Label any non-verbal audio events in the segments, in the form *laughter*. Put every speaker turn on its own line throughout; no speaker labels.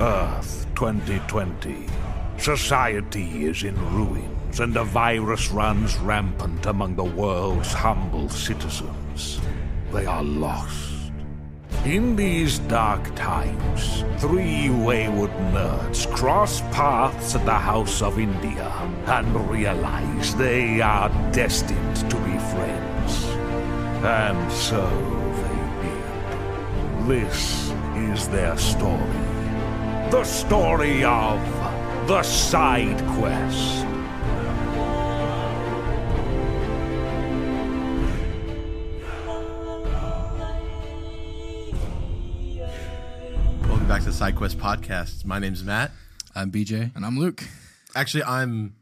Earth 2020. Society is in ruins, and a virus runs rampant among the world's humble citizens. They are lost. In these dark times, three wayward nerds cross paths at the House of India and realize they are destined to be friends. And so they did. This is their story. The story of the side quest.
Welcome back to the SideQuest podcast. My name's Matt.
I'm BJ,
And I'm Luke.
Actually,
*laughs*
I'm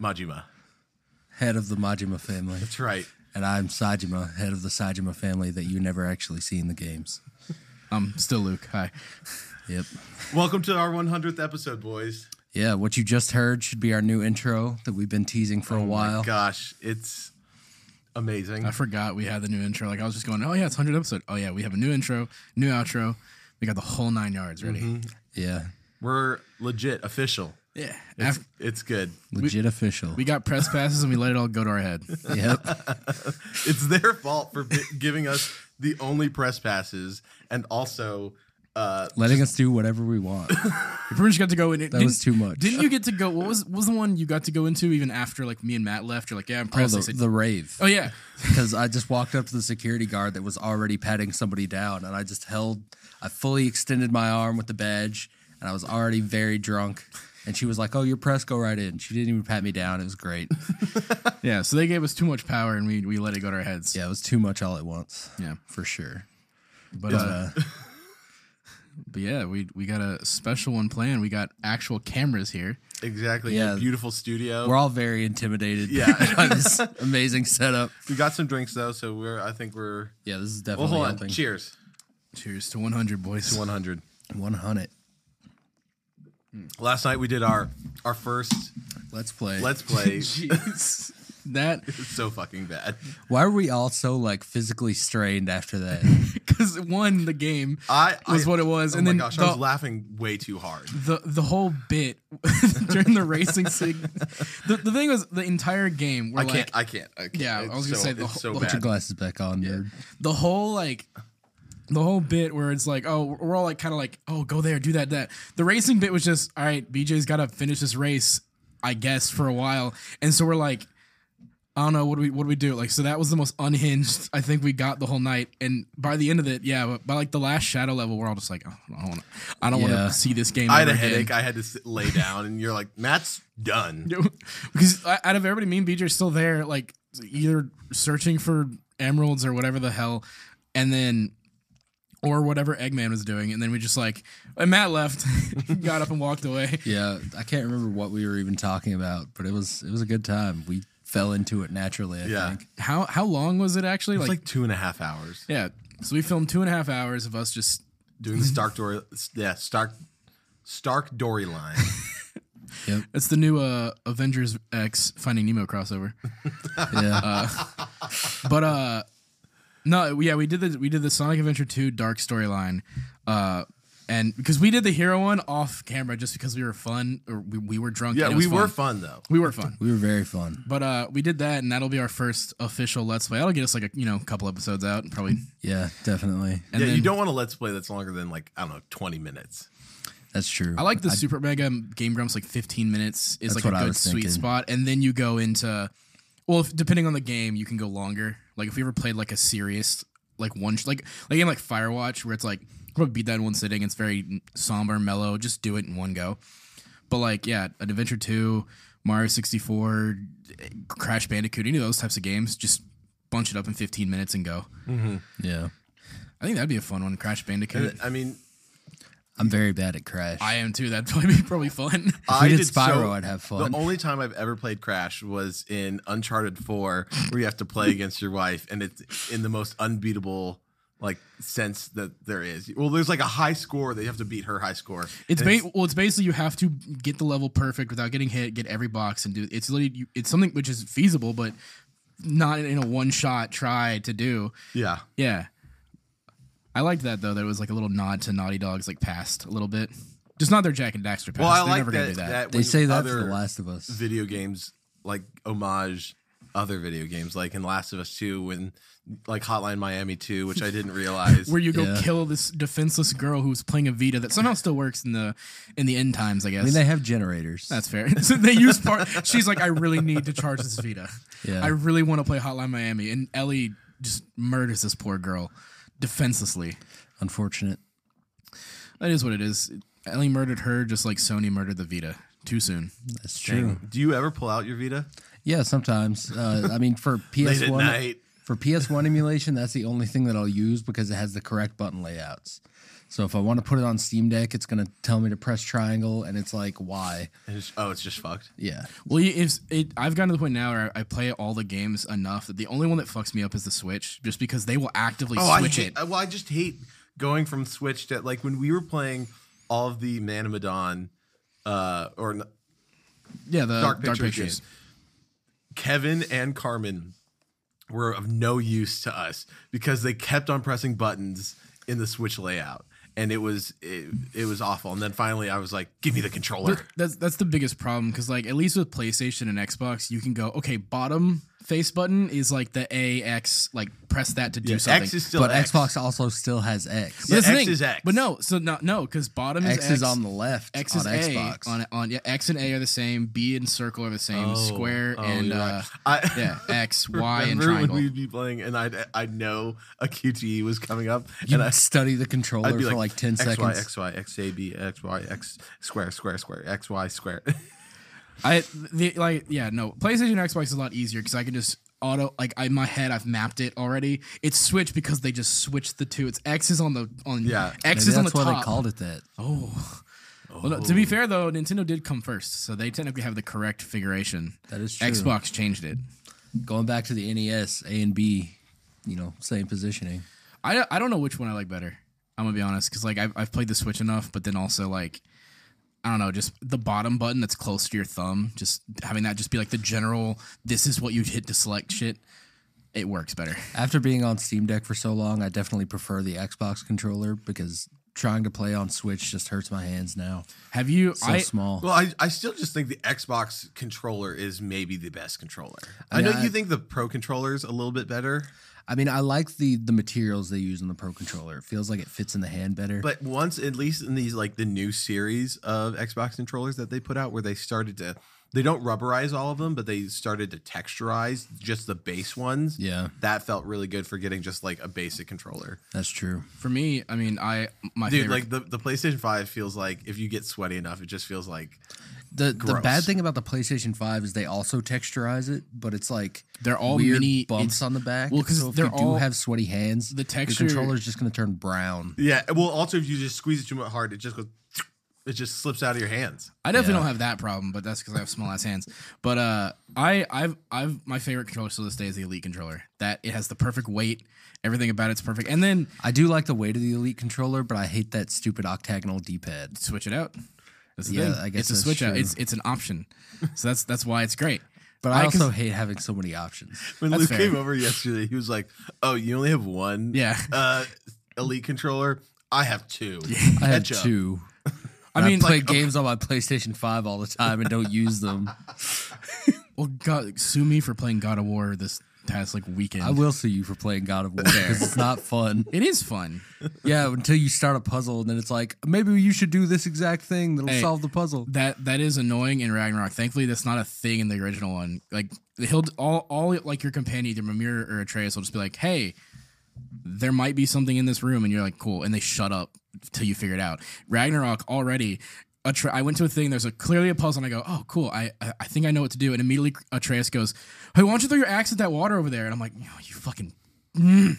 Majima.
head of the Majima family,
That's right.
and I'm Sajima, head of the Sajima family that you never actually see in the games.
I'm still Luke. Hi.
Yep.
Welcome to our 100th episode, boys.
Yeah, what you just heard should be our new intro that we've been teasing for a
Oh
while.
Gosh, it's amazing.
I forgot we had the new intro. Like I was just going, oh yeah, it's 100 episode. Oh yeah, we have a new intro, new outro. We got the whole nine yards ready.
Yeah,
We're legit official.
Yeah.
It's,
Af-
it's good.
legit official.
we got press passes and we let it all go to our head. *laughs*
yep.
It's *laughs* their fault for bi- giving us the only press passes and also uh,
Letting us do whatever we want.
You pretty much got to go in. That
was too much.
Didn't you get to go? What was what was the one you got to go into even after like me and Matt left? You're like, yeah, I'm
Oh,
pressed. I
the,
said,
the rave.
oh yeah.
Because I just walked up to the security guard that was already patting somebody down, and I just held, I fully extended my arm with the badge, and I was already very drunk. And she was like, "Oh, your press, go right in." She didn't even pat me down. It was great.
Yeah. So they gave us too much power and we we let it go to our heads.
Yeah, it was too much all at once.
Yeah.
for sure.
But uh,
Uh,
*laughs* but yeah, we we got a special one planned. We got actual cameras here.
exactly
Yeah.
a beautiful studio.
we're all very intimidated.
Yeah.
*laughs* by this amazing setup.
we got some drinks though, so we're. I think we're.
Yeah, this is
Well,
definitely
hold on.
helping.
Cheers
Cheers to 100 boys.
to 100.
One hundred.
Last night we did our our first
Let's play.
let's
*laughs*
play.
Jeez. *laughs* That
It's *laughs* so fucking bad.
Why are we all so like physically strained
*laughs*
after that?
because one the game
I
was
I-
what it was,
Oh
and
my
then
gosh,
the,
I was laughing way too hard.
the the whole bit *laughs* during the
*laughs*
racing sig. The, the thing was the entire game. We're
I
like
can't, I can't. I can't.
Yeah, I
It's
was gonna
so,
say the
it's
whole-
so
the whole
Put your
bad.
glasses back on, nerd.
the whole like the whole bit where it's like oh we're all like kind of like oh go there do that that the racing bit was just all right bj's gotta finish this race i guess for a while and so we're like i don't know what do we what do we do like so that was the most unhinged i think we got the whole night and by the end of it yeah but by like the last shadow level we're all just like oh, i don't want to i don't
Yeah.
want to see this game
I had a
ever again.
headache. I had to sit, lay down, and you're like, Matt's done.
*laughs* because I- out of everybody, me and BJ are still there, like either searching for emeralds or whatever the hell, and then or whatever Eggman was doing, and then we just like and Matt left, *laughs* got up and walked away.
Yeah, I can't remember what we were even talking about, but it was it was a good time. We fell into it naturally. I
Yeah.
think.
How how long was it actually?
It's
Like,
like two and a half hours
yeah, so we filmed two and a half hours of us just
doing the Stark Dory. Yeah, Stark Stark Dory line.
it's the new uh, Avengers X Finding
*laughs*
Nemo crossover.
Yeah.
but uh no yeah we did the we did the sonic adventure 2 dark storyline uh and because we did the hero one off camera just because we were fun or we, we were
*laughs*
drunk
Yeah,
and it
we
was
were fun
fun.
though.
we were fun
we were very fun.
but uh we did that and that'll be our first official let's play that'll get us like a you know couple episodes out probably
Yeah, definitely.
and
yeah,
then
you don't want to let's play that's longer than like I don't know, twenty minutes.
That's true.
i like the super mega game grumps like 15 minutes
That's
is like a
what I
good
was
sweet
thinking.
spot and then you go into well if, depending on the game you can go longer like if we ever played like a serious like one like like game like firewatch where it's like I'm gonna beat that in one sitting it's very somber mellow just do it in one go but like yeah an adventure 2 mario 64 crash bandicoot any of those types of games just bunch it up in 15 minutes and go
Yeah,
i think that'd be a fun one crash bandicoot
I mean,
I'm very bad at Crash.
i am too that'd *laughs* probably be probably fun
I
did
did
Spyro,
so-
I'd have
The
fun.
only time I've ever played Crash was in Uncharted 4, where you have to play against your wife, and it's in the most unbeatable like sense that there is. Well, there's like a high score that you have to beat her high score.
It's,
And
ba- well, it's basically you have to get the level perfect without getting hit, get every box, and do it's literally you, it's something which is feasible, but not in a one shot try to do.
yeah.
Yeah, I liked that though. That it was like a little nod to Naughty Dog's like past a little bit. Just not their Jack and Daxter past.
Well, I
They're
like
never gonna
that,
do
that.
that.
when
They say that for
other
The Last of Us.
video games like homage other video games like in Last of Us 2 when like Hotline Miami 2 which I didn't realize
Where you go
Yeah.
kill this defenseless girl who's playing a Vita that somehow still works in the in the end times, I guess.
I mean, they have generators.
That's fair. *laughs* so they use part. She's like, I really need to charge this Vita.
Yeah.
I really want to play Hotline Miami, and Ellie just murders this poor girl defenselessly.
Unfortunate.
That is what it is. Ellie murdered her just like Sony murdered the Vita too soon.
That's true.
do you ever pull out your Vita
Yeah, sometimes. Uh, I mean, for
late at
PS1,
night
for PS1 emulation, that's the only thing that I'll use because it has the correct button layouts. So if I want to put it on Steam Deck, it's going to tell me to press triangle, and it's like, why?
and it's- oh it's just fucked
Yeah.
Well, you- if it, I've gotten to the point now where I, I play all the games enough that the only one that fucks me up is the Switch, just because they will actively
oh
switch
I
it.
hate, I- well I just hate going from Switch to like when we were playing all of the Manamadon uh or n-
yeah, the
Dark
dark,
Pictures.
pictures.
game. Kevin and Carmen were of no use to us because they kept on pressing buttons in the Switch layout, and it was it, it was awful. And then finally, I was like, "Give me the controller."
That's that's the biggest problem because like at least with PlayStation and Xbox, you can go okay. Bottom face button is like the A X, like press that to do something.
X is still
But
X.
Xbox also still has X.
That's the
X
thing.
is X.
But no, so no, no, because bottom is
X,
X,
is on the left
X
on
is A
Xbox.
on on yeah. X and A are the same. B and circle are the same. Square
Oh,
and
you're
uh,
right. I, *laughs*
yeah, X, Y, and
remember when
triangle.
we'd be playing, and I'd I'd know a QTE was coming up,
you
and I,
study the controller
I'd be
for like, 10
X,
seconds.
Y, X, Y, X, A, B, X, Y, X, square, square, square, X, Y, square. *laughs*
I the like yeah no PlayStation and Xbox is a lot easier because I can just auto like I, in my head I've mapped it already. It's Switch because they just switched the two. It's X is on the on
Yeah.
X
Maybe
is on the
that's why
top.
they called it that.
Oh. Well, no, to be fair though, Nintendo did come first, so they technically have the correct configuration.
That is true.
Xbox changed it.
Going back to the NES, A and B, you know, same positioning.
I I don't know which one I like better. I'm gonna be honest, because like I've, I've played the Switch enough, but then also like I don't know, just the bottom button that's close to your thumb, just having that just be like the general. This is what you hit to select shit. It works better.
After being on Steam Deck for so long, I definitely prefer the Xbox controller because trying to play on Switch just hurts my hands now.
Have you?
So
I,
small.
Well, I, I still just think the Xbox controller is maybe the best controller. I,
mean,
know
I-
you think the Pro controller's a little bit better,
I mean, I like the the materials they use in the Pro controller. It feels like it fits in the hand better.
but once at least in these like the new series of Xbox controllers that they put out where they started to they don't rubberize all of them, but they started to texturize just the base ones.
yeah,
That felt really good for getting just like a basic controller.
that's true.
for me, I mean, I my
Dude,
favorite.
like the, the PlayStation 5 feels like if you get sweaty enough, it just feels like
The the
Gross.
bad thing about the PlayStation Five is they also texturize it, but it's like
They're all
weird
mini-
bumps
it's-
on the back.
well, 'cause
so if
they're
you do
all-
have sweaty hands,
the texture-
your controller's just going to turn brown.
Yeah. Well also if you just squeeze it too much hard, it just goes it just slips out of your hands.
I definitely
Yeah.
don't have that problem, but that's because I have small ass hands. But uh, I, I've, I've my favorite controller still this day is the Elite controller. That it has the perfect weight, everything about it's perfect, and then
I do like the weight of the Elite controller, but I hate that stupid octagonal D pad.
switch it out. That's the
Yeah,
thing.
I guess
it's a
that's
switch out.
true.
It's it's an option, so that's that's why it's great.
*laughs* But I,
I cons-
also hate having so many options.
When
That's
Luke
fair.
came over yesterday, he was like, "Oh, you only have one,
*laughs*
Yeah.
uh, elite controller. I have two.
I have
Catch up."
two.
I mean,
play
like,
games on my PlayStation Five all the time and don't use them.
well, oh, God, sue me for playing God of War this past like weekend.
I will sue you for playing God of War because it's not fun.
It is fun.
Yeah, until you start a puzzle and then it's like maybe you should do this exact thing that'll
Hey.
solve the puzzle.
That that is annoying in Ragnarok. Thankfully, that's not a thing in the original one. Like he'll all all like your companion, either Mimir or Atreus, will just be like, "Hey, there might be something in this room," and you're like, "Cool," and they shut up till you figure it out. Ragnarok already. Atre- I went to a thing. There's a clearly a puzzle, and I go, "Oh, cool! I I I think I know what to do." And immediately Atreus goes, "Hey, why don't you throw your axe at that water over there?" And I'm like, "Oh, "You fucking." Mm."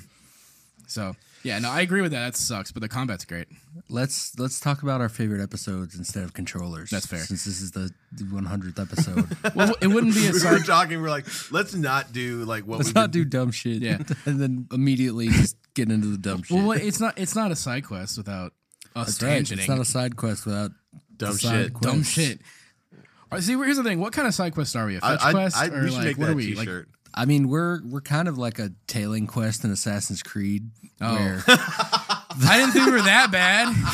So yeah, no, I agree with that. That sucks, but the combat's great.
Let's let's talk about our favorite episodes instead of controllers.
That's fair.
Since this is the 100th
*laughs*
episode,
Well, it wouldn't
*laughs*
be a
We were
side
talking. We're like, let's not do like what
let's
we
not
did.
do dumb shit.
Yeah.
*laughs* and then immediately just get into the dumb shit.
Well, what- it's not it's not a side quest without us
That's right.
tangenting.
It's not a side quest without
Dumb
the side
shit.
quest.
dumb shit. All right, see, here's the thing. What kind of side quest are we? A
I,
fetch
I,
quest,
I,
or
we should
like
make
what
that
are we? Like,
T-shirt.
I
*laughs*
mean, we're we're kind of like a tailing quest in Assassin's Creed,
Oh.
where
I didn't think we were that bad.
*laughs*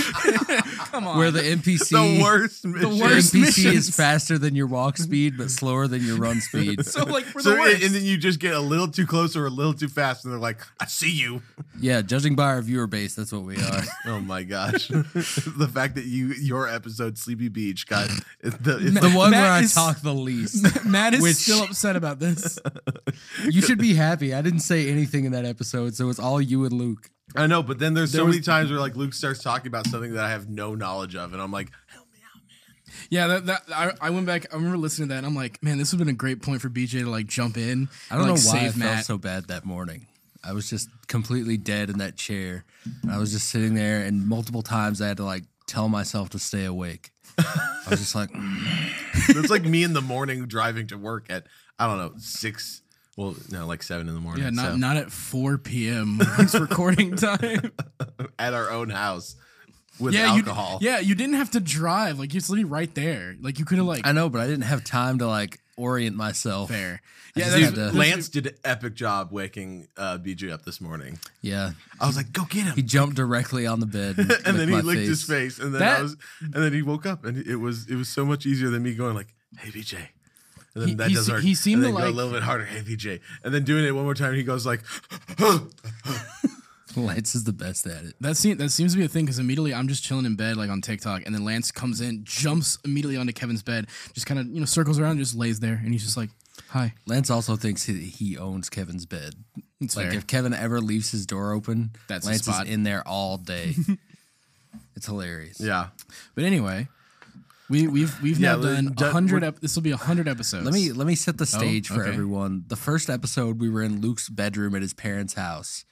Come on.
where the NPC
*laughs*
the worst mission. *laughs*
the
worst
NPC
missions.
is faster than your walk speed but slower than your
*laughs*
run speed.
so like we're
So
the worst.
and, and then you just get a little too close or a little too fast, and they're like, "I see you."
*laughs*
yeah, judging by our viewer base, that's what we are.
Oh my gosh! *laughs* the fact that you your episode Sleepy Beach
*laughs*
got the, it's
The
like-
one
Matt
where
is-
I talk the
*laughs*
least.
Matt is
Which-
still upset
*laughs*
about this.
You should be happy. I didn't say anything in that episode, so it's all you and Luke.
I know, but then there's so
There
many
was-
times where like Luke starts talking about something that I have no knowledge of, and I'm like,
Yeah, that, that I, I went back. I remember listening to that. and I'm like, man, this would have been a great point for BJ to like jump in.
I don't
and, like,
know why I
save Matt.
felt so bad that morning. I was just completely dead in that chair. And I was just sitting there, and multiple times I had to like tell myself to stay awake. I was just like, "Mm,
it's like me in the morning driving to work at I don't know six, well no like seven in the morning.
yeah, not
so,
not at 4 p.m. when
*laughs*
it's recording time.
at our own house with
yeah,
alcohol.
You, yeah, you didn't have to drive. Like it's literally right there. Like you could have like
I know, but I didn't have time to like orient myself.
fair.
I
Yeah,
just
that's,
had to-
Lance did an epic job waking uh, BJ up this morning.
Yeah.
I was like, "Go get him!"
He jumped directly on the
*laughs*
bed.
and
with
then he
my
licked
face.
his face, and then I
That-
was, and then he woke up, and it was it was so much easier than me going like, "Hey BJ," and then
He-
that
he
doesn't
se-
work.
he seemed
and then
to
go
like-
a little bit harder, "Hey BJ," and then doing it one more time, and he goes like, *gasps*
*laughs* Lance is the best at it.
That seems that seems to be a thing because immediately I'm just chilling in bed like on TikTok, and then Lance comes in, jumps immediately onto Kevin's bed, just kind of you know circles around, just lays there, and he's just like, "Hi."
Lance also thinks he, he owns Kevin's bed.
It's
like
fair.
if Kevin ever leaves his door open,
That's
Lance
his
is
spot.
in there all
*laughs*
day. it's hilarious.
"Yeah."
But anyway, we we've we've
Yeah,
now
let-
done
done-
hundred.
we're-
Ep- this will be hundred episodes.
Let me let me set the stage for
Oh, okay.
everyone. The first episode we were in Luke's bedroom at his parents' house,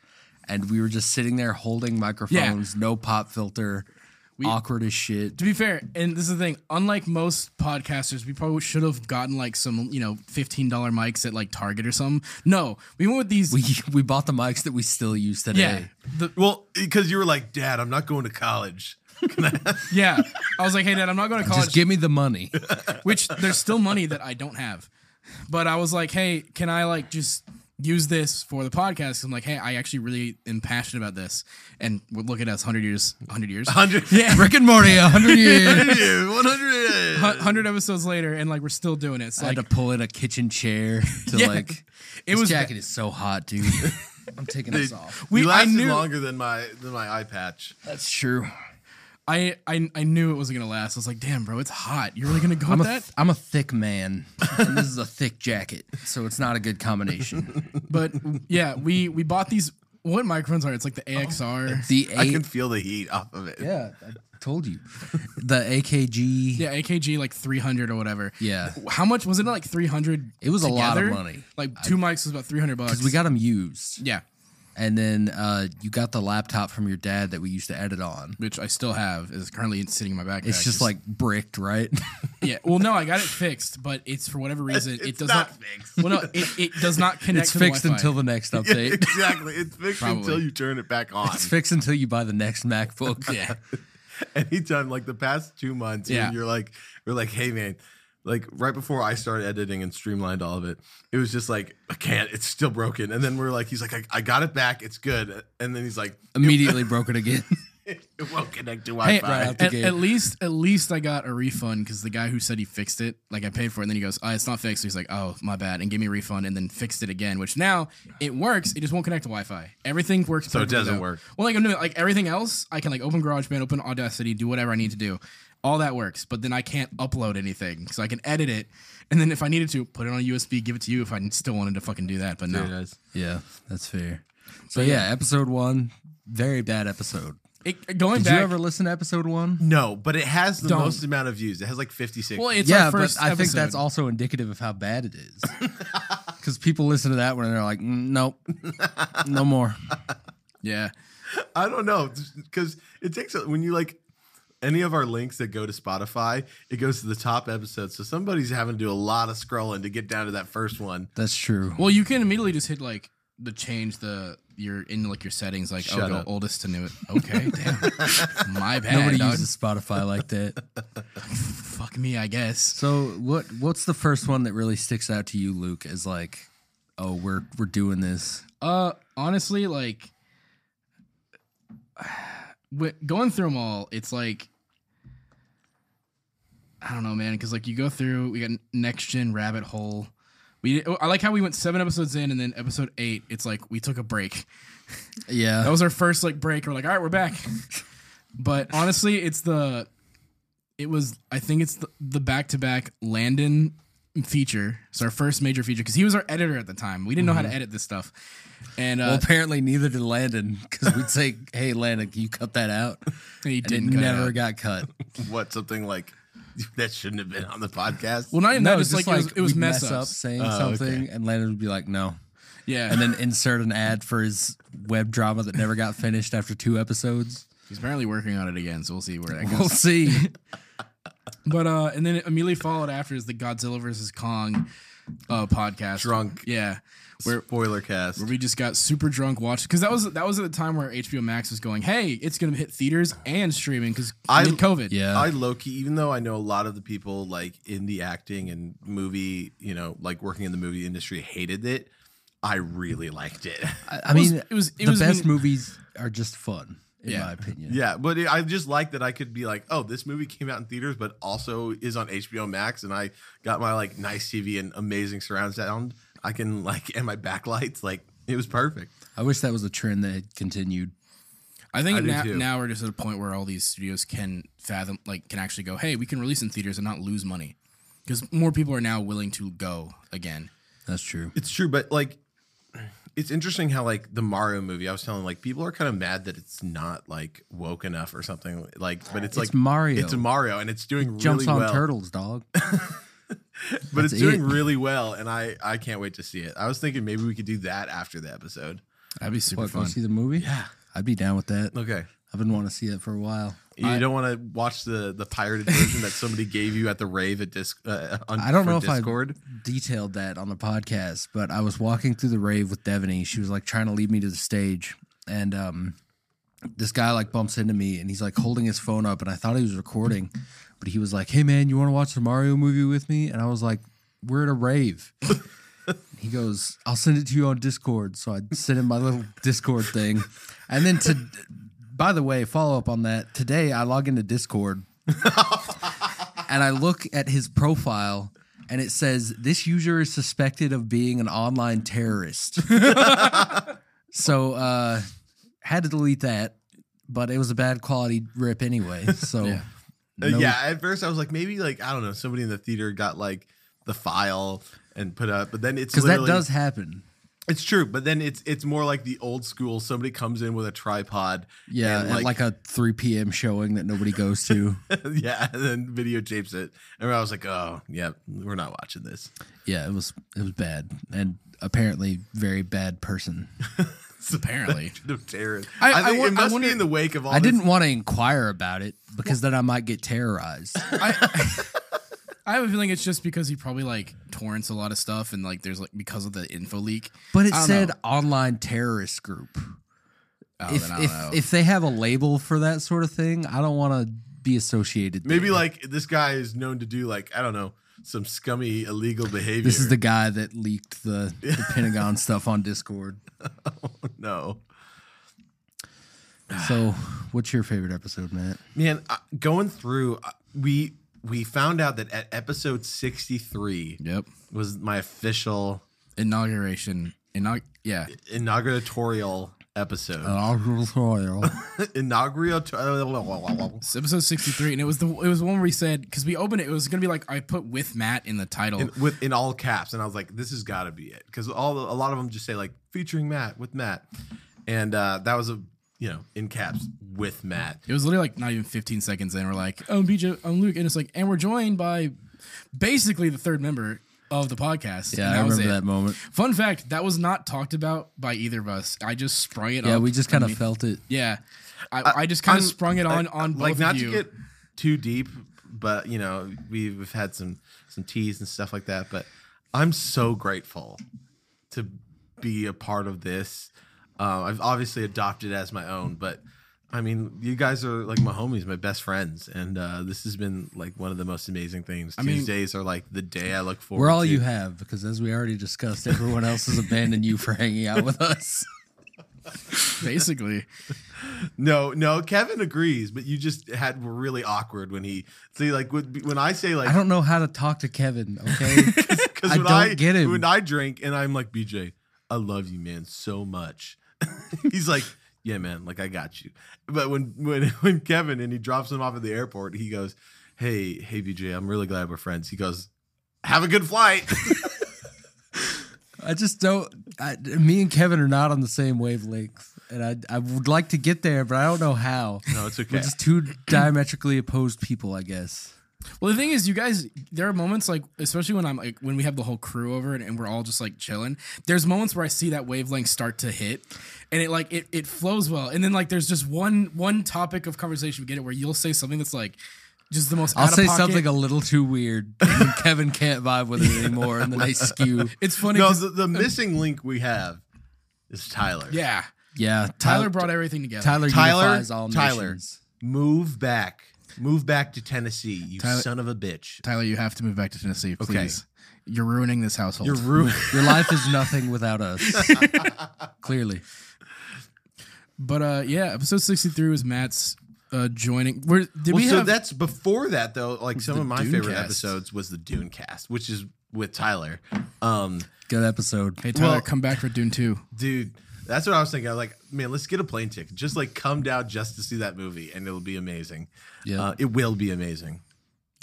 and we were just sitting there holding microphones, no pop filter, awkward as shit.
To be fair, and this is the thing. Unlike most podcasters, we probably should have gotten like some you know fifteen dollar mics at like Target or something. No, we went with these.
We we bought the mics that we still use today.
yeah, the,
Well, because you were like, "Dad, I'm not going to *laughs* college."
yeah. I was like, hey, Dad, I'm not
*laughs*
going to college.
Just give me the money.
*laughs* which there's still money that I don't have. But I was like, hey, can I like just use this for the podcast? I'm like, hey, I actually really am passionate about this. And we'll look at us, hundred years, hundred years,
Hundred,
*laughs* Rick and Morty, *laughs* hundred years.
one hundred.
hundred episodes later, and like we're still doing it. So
I had
like,
to pull in a kitchen chair to *laughs*
Yeah.
like.
it
This
was
jacket is so hot,
*laughs*
dude. I'm taking this off.
We-
We
I
lasted
knew-
longer than my than my eye patch.
That's true.
I, I I knew it wasn't gonna last. I was like, damn, bro, it's hot. You're really gonna go
I'm a
with that?
am a thick man. and this is a thick jacket, so it's not a good combination.
But yeah, we we bought these. What microphones are? it? It's like the
Oh,
AXR.
The
I
eight-
can feel the heat off of it. *laughs*
Yeah, I told you. The AKG.
Yeah, AKG like 300 or whatever.
Yeah.
How much was it? Like 300.
It was a lot of
together?
money.
Like two mics was about 300 bucks.
Because we got them used.
yeah.
And then uh, you got the laptop from your dad that we used to edit on.
which I still have, is currently sitting in my backpack.
It's just like bricked, right? *laughs*
yeah. Well, no, I got it fixed, but it's for whatever reason
*laughs*
it
It's
does
not
not.
fixed.
Well, no, it, it does not
*laughs*
connect.
it's
to
fixed
the Wi-Fi.
until the next update.
exactly. It's fixed until
Probably.
you turn it back on.
it's fixed until you buy the next MacBook.
yeah.
anytime like the past two months
Yeah.
when you're like you're like hey man like right before i started editing and streamlined all of it it was just like i can't it's still broken and then we're like he's like i, I got it back it's good and then he's like
*laughs*
*laughs*
Immediately broken again.
it, won't connect to
Hey,
wi-fi
right. the
at,
gate.
at least at least I got a refund because the guy who said he fixed it, like I paid for it, and then he goes, oh, "It's not fixed." He's like, "Oh, my bad," and gave me a refund, and then fixed it again. Which now it works. It just won't connect to Wi-Fi. Everything works.
So it
perfectly,
doesn't
though.
work.
Well, like I'm doing, like everything else, I can like open GarageBand, open Audacity, do whatever I need to do. All that works, but then I can't upload anything because I can edit it, and then if I needed to, put it on a USB, give it to you if I still wanted to fucking do that. But no,
yeah, that's fair. So, yeah, episode one, very bad episode.
It- going
Did
back,
you ever listen to episode one?
no but it has the
Don't.
most amount of views it has like 56
well, it's
yeah,
our first
but I think
episode.
that's also indicative of how bad it is. *laughs* Because people listen to that one and they're like, "Mm, nope, no more.
Yeah,
i don't know because it takes a- when you like any of our links that go to spotify it goes to the top episode so somebody's having to do a lot of scrolling to get down to that first one
That's true.
Well, you can immediately just hit like the change the your in like your settings like
Shut
oh go
up.
oldest to newest. Okay, damn, my bad.
Nobody
dog.
uses Spotify like that.
Fuck me, I guess.
So what what's the first one that really sticks out to you, Luke, as like, oh,
*sighs*
we're we're doing this.
Uh, honestly, like wi- going through them all, it's like I don't know, man, because like you go through, we got next gen rabbit hole. We I like how we went seven episodes in, and then episode eight, it's like we took a break.
Yeah.
That was our first like break. We're like, all right, we're back. but honestly, it's the it was I think it's the, the back-to-back Landon feature. It's our first major feature because he was our editor at the time. We didn't know how to edit this stuff. And
Mm-hmm. well,
uh,
apparently neither did Landon because we'd say, "Hey, Landon, can you cut that out?" And
he
it
didn't cut it
never
out.
got cut.
What something like *laughs* that shouldn't have been on the podcast?
Well, not even
No,
that.
it's
Just like, it was, it was
we'd
mess,
up
ups.
saying
Oh,
something,
okay.
and Landon would be like, "No,"
Yeah,
and then insert an ad for his web drama that never got finished after two episodes.
*laughs* he's apparently working on it again, so we'll see where that goes.
We'll see.
But uh, and then immediately followed after is the Godzilla versus Kong uh podcast.
Drunk.
yeah. Where
spoiler cast.
where we just got super drunk watched because that was that was at the time where HBO Max was going, hey, it's gonna hit theaters and streaming because
I-
mid COVID.
Yeah.
I low key, even though I know a lot of the people like in the acting and movie, you know, like working in the movie industry hated it. I really liked it. *laughs*
I, I mean,
it was- it
the
was
best
when-
movies are just fun, in
Yeah.
my opinion.
yeah, but it, I just like that I could be like, oh, this movie came out in theaters, but also is on HBO Max, and I got my like nice TV and amazing surround sound. I can like *laughs* and my backlights, like it was perfect.
I wish that was a trend that had continued.
I think
I do
now,
too.
now we're just at a point where all these studios can fathom, like, can actually go, hey, we can release in theaters and not lose money because more people are now willing to go again.
That's true.
It's true, but like it's interesting how like the Mario movie, I was telling like people are kind of mad that it's not like woke enough or something like but it's, like
Mario.
It's a Mario and it's doing
Jumps
really
on
well.
turtles, dog.
but it's
That's
doing
it.
really well and I I can't wait to see it. I was thinking maybe we could do that after the episode.
That'd be super
What, go
fun.
see the movie? Yeah. I'd be down with that.
Okay.
I've been wanting to see that for a while.
You don't want to watch the the
*laughs*
pirated version that somebody gave you at the rave at disc uh, on
I don't
for
know if I-
Discord.
Detailed that on the podcast, but I was walking through the rave with Devaney. She was like trying to lead me to the stage, and um, this guy like bumps into me, and he's like holding his phone up, and I thought he was recording, but he was like, "Hey man, you want to watch the Mario movie with me?" And I was like, "We're at a rave." he goes, "I'll send it to you on Discord." So I sent him my little Discord thing, and then to, by the way, follow up on that. Today I log into Discord and I look at his profile and it says this user is suspected of being an online terrorist. *laughs* so uh had to delete that, but it was a bad quality rip anyway. So
Yeah.
Uh,
no-
yeah, at first I was like maybe like I don't know, somebody in the theater got like the file and put up, but then it's
cuz that
literally-
does happen.
It's true, but then it's it's more like the old school. Somebody comes in with a tripod,
Yeah,
and,
at like a 3 p.m. showing that nobody goes
*laughs*
to.
*laughs* yeah, and then videotapes it. And I was like, oh yeah, we're not watching this. *laughs*
yeah, it was it was bad and apparently very bad person.
*laughs* Apparently.
The terror.
I-
I,
I
think
wo- I
it must
wonder-
be in the wake of all.
I
this-
didn't want to inquire about it because then I might get terrorized.
I, *laughs* I have a feeling it's just because he probably like torrents a lot of stuff and like there's like because of the info leak.
But it
I don't
said
know.
online terrorist group.
Oh,
if
then I don't
if,
know.
if they have a label for that sort of thing, I don't want to be associated.
Maybe
there.
like this guy is known to do like I don't know some scummy illegal behavior.
this is the guy that leaked the,
*laughs*
the Pentagon stuff on Discord.
no
So, what's your favorite episode, Matt?
man. I, going through, I- we we found out that at episode sixty three
yep.
was my official
Inauguration. Inaug- yeah.
inauguratorial episode. *laughs*
Uh. *laughs* That's
Inaugural.
It's episode 63 and it was the it was the one where we said cuz we opened it it was going to be like I put with Matt in the title.
in, with in all caps, and I was like, "This has got to be it," because all the, a lot of them just say like featuring Matt with Matt, and uh, that was a you know in caps with Matt.
it was literally like not even 15 seconds in we're like, "Oh, I'm BJ, I'm Luke." And it's like, "And we're joined by basically the third member of the podcast."
yeah,
and
I
was
remember
it.
that moment.
Fun fact, that was not talked about by either of us. I just sprung it
Yeah,
up
we just kind
and
of felt it.
Yeah, I, I just kind of
I'm-
sprung it on
I-
on both
like not
of you.
to get too deep, but you know we've, we've had some some teas and stuff like that. But I'm so grateful to be a part of this. Uh, I've obviously adopted as my own, but I mean, you guys are like my homies, my best friends, and uh, this has been like one of the most amazing things.
mean-
Tuesdays are like the day I look forward.
We're all
to.
*laughs* you have because, as we already discussed, everyone else has abandoned you for hanging out with us.
Basically,
No, no, Kevin agrees, but you just had were really awkward when he see like would- when I say
I
like
don't know how to talk to Kevin. *laughs* Okay.
because
I
when
don't
I
get him.
when I drink and I'm like BJ, I love you, man, so much. *laughs* He's like, yeah, man, like I got you. But when when *laughs* when Kevin and he drops him off at the airport, he goes, hey, hey, BJ, I'm really glad we're friends. He goes, have a good flight.
I just don't. I, me and Kevin are not on the same wavelength, and I I would like to get there, but I don't know how.
no, it's *laughs*
We're
okay.
just two diametrically opposed people, I guess.
well, the thing is, you guys, there are moments like, especially when I'm like, when we have the whole crew over and, and we're all just like chilling. There's moments where I see that wavelength start to hit, and it like it it flows well. And then like, there's just one one topic of conversation we get it where you'll say something that's like. Just the most.
I'll
out of
say
pocket-
something a little too
*laughs*
weird. and Kevin can't vibe with it anymore, and then I skew.
It's funny.
no,
'cause-
the, the missing link we have is Tyler.
yeah,
Yeah,
Tyler brought everything together.
Tyler,
Tyler-
unifies all
Tyler.
nations.
move back, move back to Tennessee, you
Tyler-
son of a bitch.
Tyler, you have to move back to Tennessee,
Okay.
please. You're ruining this household.
You're ruined.
Your life is nothing without us. Clearly,
but uh, yeah, episode 63 was Matt's uh, joining. Where did
well,
we
so
have?
that's before that though. Like some
the
of my
Dune
favorite
cast.
episodes was the Dune cast, which is with Tyler. Um,
good episode.
hey Tyler,
well-
come back for Dune 2.
dude, that's what I was thinking. I was like, man, let's get a plane ticket. Just like come down just to see that movie, and it'll be amazing.
Yeah,
Uh, it will be amazing.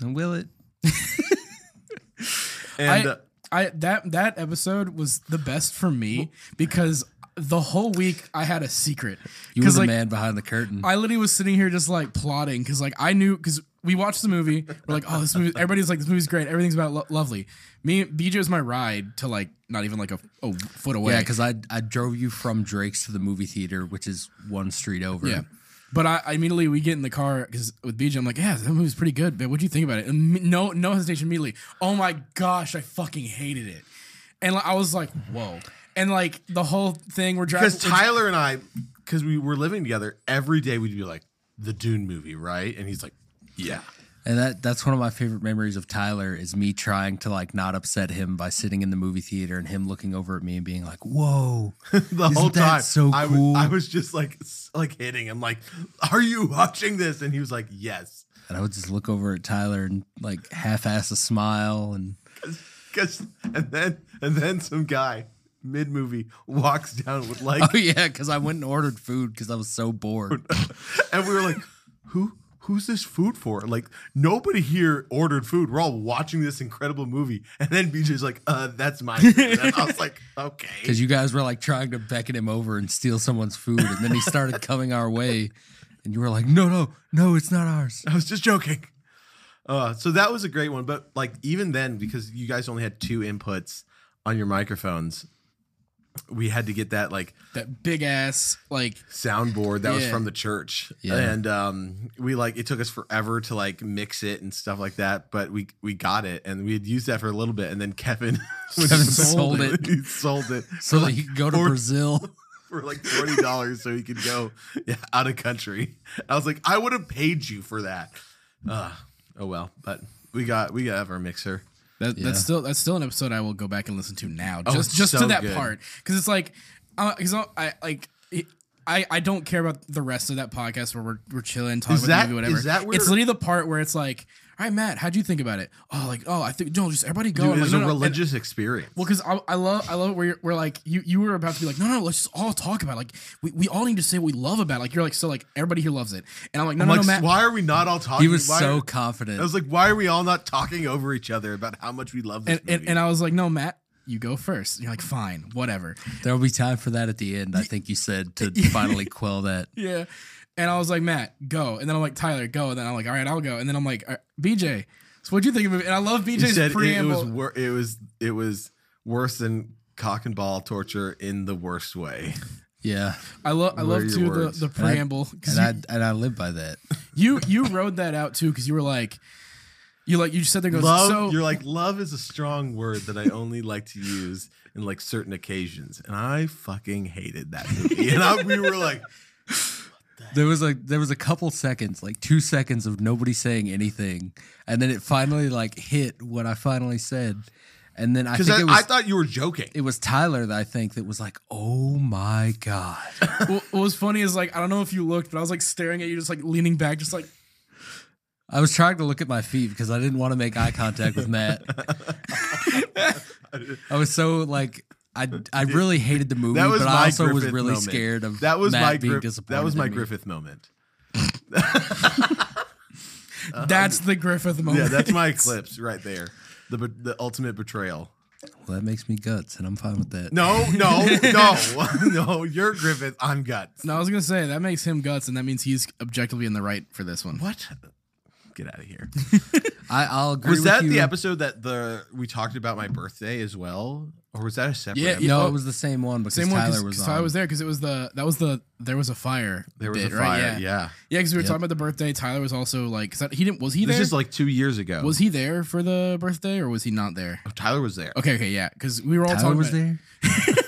and will it?
And
I-
uh,
I that that episode was the best for me because the whole week I had a secret.
You were the
like
man behind the curtain.
I literally was sitting here just like plotting because like I knew because we watched the movie. We're like, oh, this movie. Everybody's like, this movie's great. Everything's about lo- lovely. Me, BJ was my ride to like not even like a, a foot away.
Yeah, because I I drove you from Drake's to the movie theater, which is one street over.
Yeah. But I, I immediately we get in the car because with BJ I'm like yeah that movie's pretty good but what'd you think about it and me- no no hesitation immediately oh my gosh I fucking hated it and like, I was like whoa and like the whole thing we're driving
because Tyler and I, because we were living together, every day we'd be like, the Dune movie, right? And he's like, yeah. *laughs*
And that that's one of my favorite memories of Tyler is me trying to like not upset him by sitting in the movie theater and him looking over at me and being like, "Whoa."
the
Isn't
whole
that
time.
so
I,
cool?
was, I was just like s- like hitting him like, "Are you watching this?" And he was like, "Yes."
And I would just look over at Tyler and like half-ass a smile and *laughs*
'Cause- and then and then some guy mid movie walks down with like,
*laughs* Oh yeah, cuz I went and ordered food cuz I was so
*laughs*
bored.
and we were like, "Who?" Who's this food for? Like nobody here ordered food. We're all watching this incredible movie, and then BJ's like, "Uh, that's my." Food. And I was like, "Okay."
Cuz you guys were like trying to beckon him over and steal someone's food and then
*laughs*
he started coming our way and you were like, "No, no, no, it's not ours."
I was just joking. Uh, so that was a great one, but like even then, because you guys only had two inputs on your microphones, we had to get that like
that big ass like
soundboard that was
Yeah.
from the church,
Yeah.
and um, we like it took us forever to like mix it and stuff like that, but we we got it, and we had used that for a little bit, and then
*laughs*
Kevin, *laughs* when
Kevin sold it.
he sold it
So that he could go to
Or-
Brazil.
*laughs* for like twenty dollars so he could go yeah, out of country. I was like, I would have paid you for that. Uh, oh well, but we got we got to have our mixer.
That,
Yeah.
That's still that's still an episode I will go back and listen to now.
Oh,
Just
it's
just to
so
that
good.
part because it's like because I like. It, I, I don't care about the rest of that podcast where we're, we're chilling, talking
Is
about
that-
the movie, whatever.
is that where-
it's literally the part where it's like, all right, Matt, how'd you think about it? Oh, like, oh, I think, no, just everybody go.
Dude,
I'm
it
like,
was
no,
a
no. And-
religious experience.
well, because I, I love I love where you're, where like you you were about to be like no no let's just all talk about it. like we, we all need to say what we love about it. like you're like so like everybody here loves it and I'm like no
I'm
no
like,
no Matt
why are we not all talking?
He was
why
so
Are,
confident.
I was like, why are we all not talking over each other about how much we love this
and, and
movie?
and I was like no Matt you go first and you're like fine whatever
There'll be time for that at
*laughs*
the end, I think you said, to finally quell that.
*laughs* Yeah. And I was like, Matt, go. And then I'm like, Tyler, go. And then I'm like, all right, I'll go. And then I'm like, all right, BJ, so what'd you think of it? And I love
he
BJ's
said it, it
preamble.
was wor- it was it was worse than cock and ball torture in the worst way.
Yeah.
I love,
What are
I love
your
too the,
words?
the
And I-
preamble because
And I, and I live by that.
you, you rode that out too because you were like, you like you said there goes
love
so
you're like love is a strong word that I only like to use in like certain occasions, and I fucking hated that movie. And I, we were like,
There was like there was a couple seconds, like two seconds of nobody saying anything. And then it finally like hit what I finally said. And then *laughs* I
Because
think
I,
it was
I thought you were joking.
it was Tyler that I think that was like, "Oh my god." *laughs*
Wha- what was funny is like I don't know if you looked, but I was like staring at you, just like leaning back, just like
I was trying to look at my feet because I didn't want to make eye contact
*laughs*
with Matt. I was so like I I really hated the movie,
That was
but
my
I also was
Griffith
really
moment.
scared of
that was
Matt
my
being
Griff-
disappointed.
that was my
in me.
Griffith
*laughs*
moment.
that's the Griffith moment.
Uh-huh. Yeah, that's my eclipse right there. The be- the ultimate betrayal.
Well, that makes me guts, and I'm fine with that.
No,
*laughs*
no, no, *laughs* no. You're Griffith. I'm guts.
*laughs* No, I was gonna say that makes him guts, and that means he's objectively in the right for this one.
What? Get out of here.
I, I'll agree.
Was
with
that
you.
the episode that the we talked about my birthday as well, or was that a separate?
Yeah,
episode?
No,
Oh.
it was the same one because
Same
Tyler
one,
was
because
on.
I was there because it was the that was the there was a fire.
There was
bit,
a fire.
right?
Yeah.
yeah, because we were talking about the birthday. Tyler was also like, 'cause I- he didn't was he
This
there?
is like two years ago.
was he there for the birthday or was he not there?
Oh, Tyler was there.
Okay, okay, yeah, because we were all
Tyler
talking.
was
*laughs* about,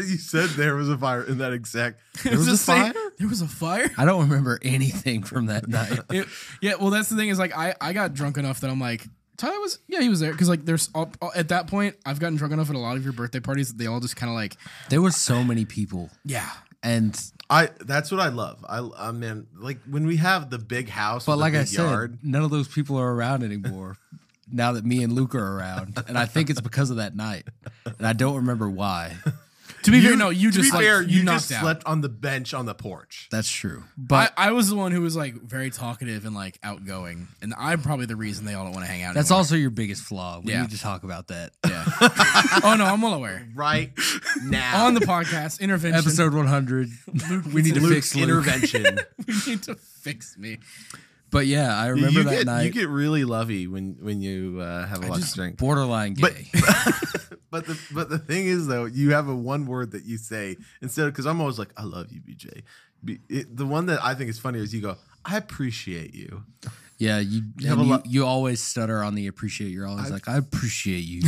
*laughs* you said there was a fire in that exact. There
It
was a
the same-
fire.
*laughs* There was
*laughs*
a fire.
I don't remember *laughs* anything from that night.
It- yeah, well, that's the thing is like I I got drunk enough that I'm like Tyler was yeah he was there because like there's all, all- at that point I've gotten drunk enough at a lot of your birthday parties that they all just kind of like
There were so many people,
yeah
and
I. That's what I love. I. I mean, like when we have the big house,
But
with
like
the
I
big
said,
yard.
none of those people are around anymore. *laughs* now that me and Luke are around, and I think it's because of that night, and I don't remember why.
to be fair no you
to
just
be
like,
fair,
you,
you,
knocked
just
out.
slept on the bench on the porch.
That's true,
I,
but
I was the one who was like very talkative and like outgoing, and I'm probably the reason they all don't want to hang out.
that's
anymore.
also your biggest flaw. We
Yeah.
need to talk about that.
*laughs* oh no, I'm well aware. *laughs*
Right now
On the podcast intervention, *laughs*
Episode 100. we need to
Luke's
fix Luke.
intervention.
we need to fix me.
*laughs* But yeah, I remember
you
that
get
night.
you get really lovey when when you uh, have a lot to
just
drink.
borderline gay.
But- *laughs* But the but the thing is though, you have a one word that you say instead because I'm always like, I love you, BJ. B- it- the one that I think is funny is you go, I appreciate you. *laughs*
yeah, you
have
and
a
you,
lot-
you always stutter on the appreciate. You're always like, I appreciate you.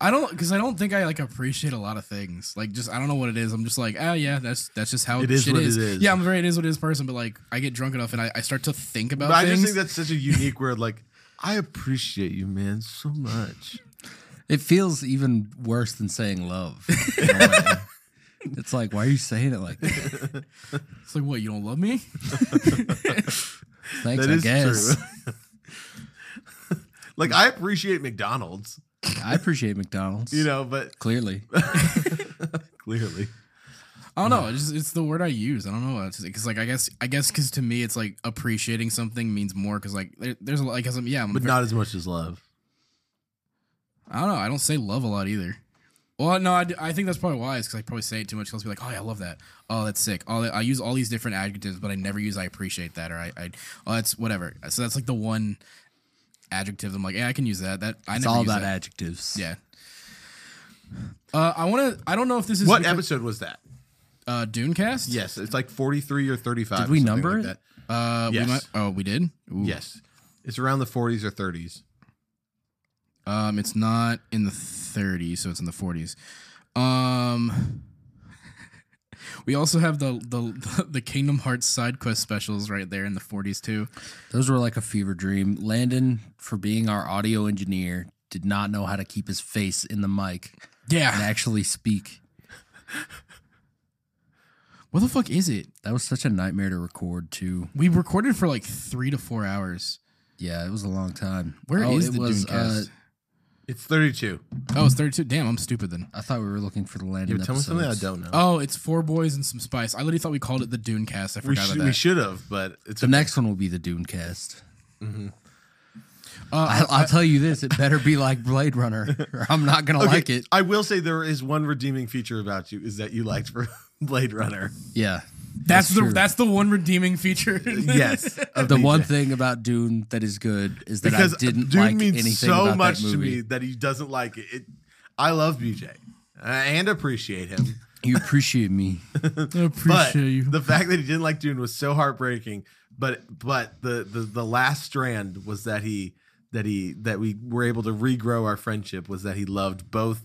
I don't because I don't think I like appreciate a lot of things. Like just I don't know what it is. I'm just like oh yeah, that's that's just how
It is
shit
what it is.
Yeah, I'm a very it is what it is person, but like I get drunk enough and I, I start to think about
But I
things.
just think that's such a unique word. Like, I appreciate you, man, so
*laughs*
much.
It feels even worse than saying
*laughs*
love. in a way. it's like, why are you saying it like that?
*laughs*
it's like what you don't love me.
Thanks,
That
I
is
guess.
true. *laughs* like, I appreciate McDonald's,
I appreciate McDonald's.
you know, but
clearly.
clearly.
I don't know. It's, just, it's the word I use. I don't know because like I guess I guess because to me it's like appreciating something means more because like there, there's a lot because I'm yeah I'm
But
very-
not as much as love.
I don't know. I don't say love a lot either. Well, no, I, d- I think that's probably why is because I probably say it too much. 'cause I'll be like, oh, yeah, I love that. Oh, that's sick. Oh, that- I use all these different adjectives, but I never use I appreciate that or I, I oh, that's whatever. So that's like the one adjective I'm like, yeah, I can use that. That I
It's
never
all
use
about
that.
adjectives.
Yeah. Uh, I want to. I don't know if this is
What
because-
episode was that?
Uh, Dunecast.
Yes, it's like 43 or 35.
Did we
something
number
like
it?
that.
Uh,
Yes.
We might, oh, we did. Ooh.
Yes. It's around the 40s or 30s.
Um, it's not in the 30s, so it's in the 40s. Um, we also have the the *laughs* the Kingdom Hearts side quest specials right there in the 40s too.
Those were like a fever dream. Landon, for being our audio engineer, did not know how to keep his face in the mic and
Yeah,
actually speak.
what the fuck is it?
That was such a nightmare to record too.
We recorded for like three to four hours.
Yeah, it was a long time.
Where is
Oh,
the Dunecast?
It's 32.
oh, it's 32. Damn, I'm stupid then.
I thought we were looking for the
Yeah,
Landon.
but tell me something I don't
episodes.
know.
Oh, it's four boys and some spice. I literally thought we called it the Dunecast. I
we,
forgot
should,
about
we
that.
should have, but it's
The
okay.
next one will be the Dunecast.
Mm-hmm.
Uh,
I, I'll tell you this: it better be like Blade Runner, *laughs* or I'm not gonna
Okay,
like it.
I will say there is one redeeming feature about you is that you liked for *laughs* Blade Runner.
Yeah,
that's, the
true.
that's the one redeeming feature. *laughs*
*laughs* Yes, of
the
BJ.
one thing about Dune that is good is that
because
I didn't
Dune
like
means
anything
so
about
much
that
to
movie.
me that he doesn't like it. it I love BJ uh, and appreciate him,
You appreciate me.
I
but
appreciate you.
the fact that he didn't like Dune was so heartbreaking. But but the the the last strand was that he that he that we were able to regrow our friendship was that he loved both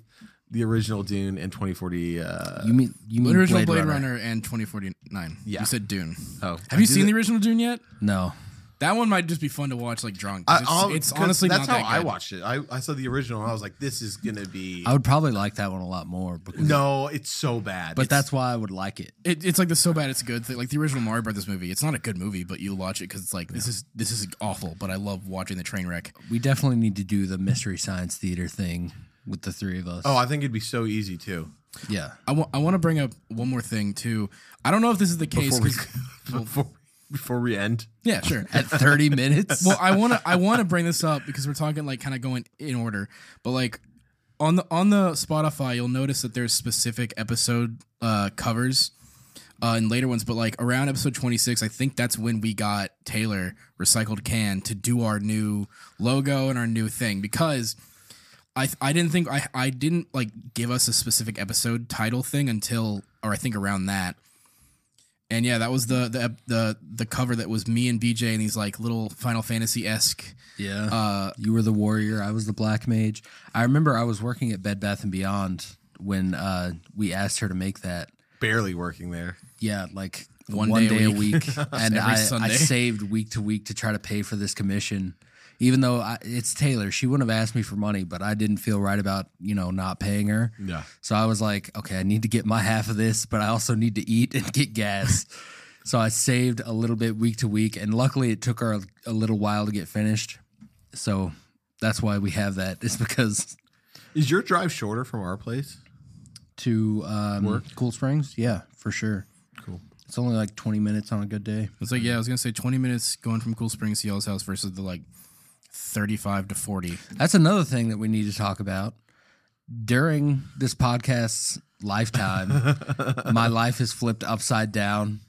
the original Dune and 2040. Uh,
You mean you mean
original
Blade,
Blade
Runner?
Runner. and 2049.
Yeah.
You said Dune.
oh,
Have you seen the original Dune yet?
No,
That one might just be fun to watch like drunk. 'cause
I,
It's,
I'll-
it's
'cause
honestly
that's
not
how
that
I
good.
watched it. I, I saw the original and I was like, this is gonna be
I would probably like that one a lot more. Because,
no, it's so bad.
but
It's-
that's why I would like it.
It, it's like the so bad it's good thing. Like the original Mario Brothers movie, it's not a good movie, but you watch it because it's like this is this is awful. But I love watching the train wreck.
We definitely need to do the mystery science theater thing with the three of us.
oh, I think it'd be so easy too.
yeah.
I want to bring up one more thing too. I don't know if this is the case.
Before we
'cause-
*laughs* before before we end,
yeah, sure.
*laughs*
At 30 *laughs* minutes.
well, I want to I want to bring this up because we're talking like kind of going in order, but like on the on the Spotify, you'll notice that there's specific episode uh, covers uh, and later ones, but like around episode 26, I think that's when we got Taylor Recycled Can to do our new logo and our new thing because. I, th- I didn't think I, I didn't like give us a specific episode title thing until or I think around that and yeah, that was the the ep- the the cover that was me and BJ and these like little Final Fantasy esque.
yeah.
Uh,
you were the warrior. I was the black mage. I remember I was working at Bed Bath and Beyond when uh, we asked her to make that.
barely working there.
Yeah, like
One
one,
day
day,
a
a week, and
Every
I, I
Sunday.
saved week to week to try to pay for this commission. Even though I, it's Taylor, she wouldn't have asked me for money, but I didn't feel right about you know not paying her.
Yeah.
So I was like, okay, I need to get my half of this, but I also need to eat and get gas. so I saved a little bit week to week, and luckily it took her a, a little while to get finished. So that's why we have that. Is because
Is your drive shorter from our place?
to um, Cool Springs, yeah, for sure. Cool. It's only like twenty minutes on a good day.
it's like yeah, I was gonna say twenty minutes going from Cool Springs to Y'all's house versus the like thirty five to forty.
That's another thing that we need to talk about. During this podcast's lifetime,
*laughs*
my life has flipped upside down.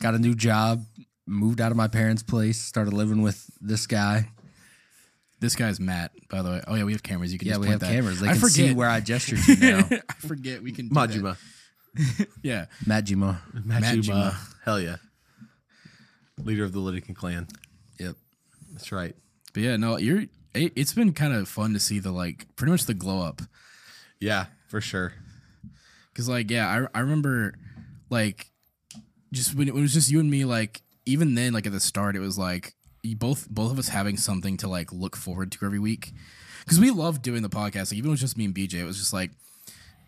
Got a new job, moved out of my parents' place, started living with this guy.
This guy's Matt, by the way. Oh yeah, we have cameras. You can
Yeah,
just
we have
point that.
cameras. They
I
can
forget
see where I gesture to now.
*laughs* I forget we can. Do that.
Majima.
Yeah,
Matt Jima.
Majima.
Hell yeah. Leader of the Lydican clan.
Yep.
That's right.
but yeah, no, you're. It, it's been kind of fun to see the like pretty much the glow up
Yeah, for sure.
Cause like yeah, I I remember like just when it was just you and me like even then like at the start it was like you both both of us having something to like look forward to every week because we love doing the podcast like even if it was just me and bj it was just like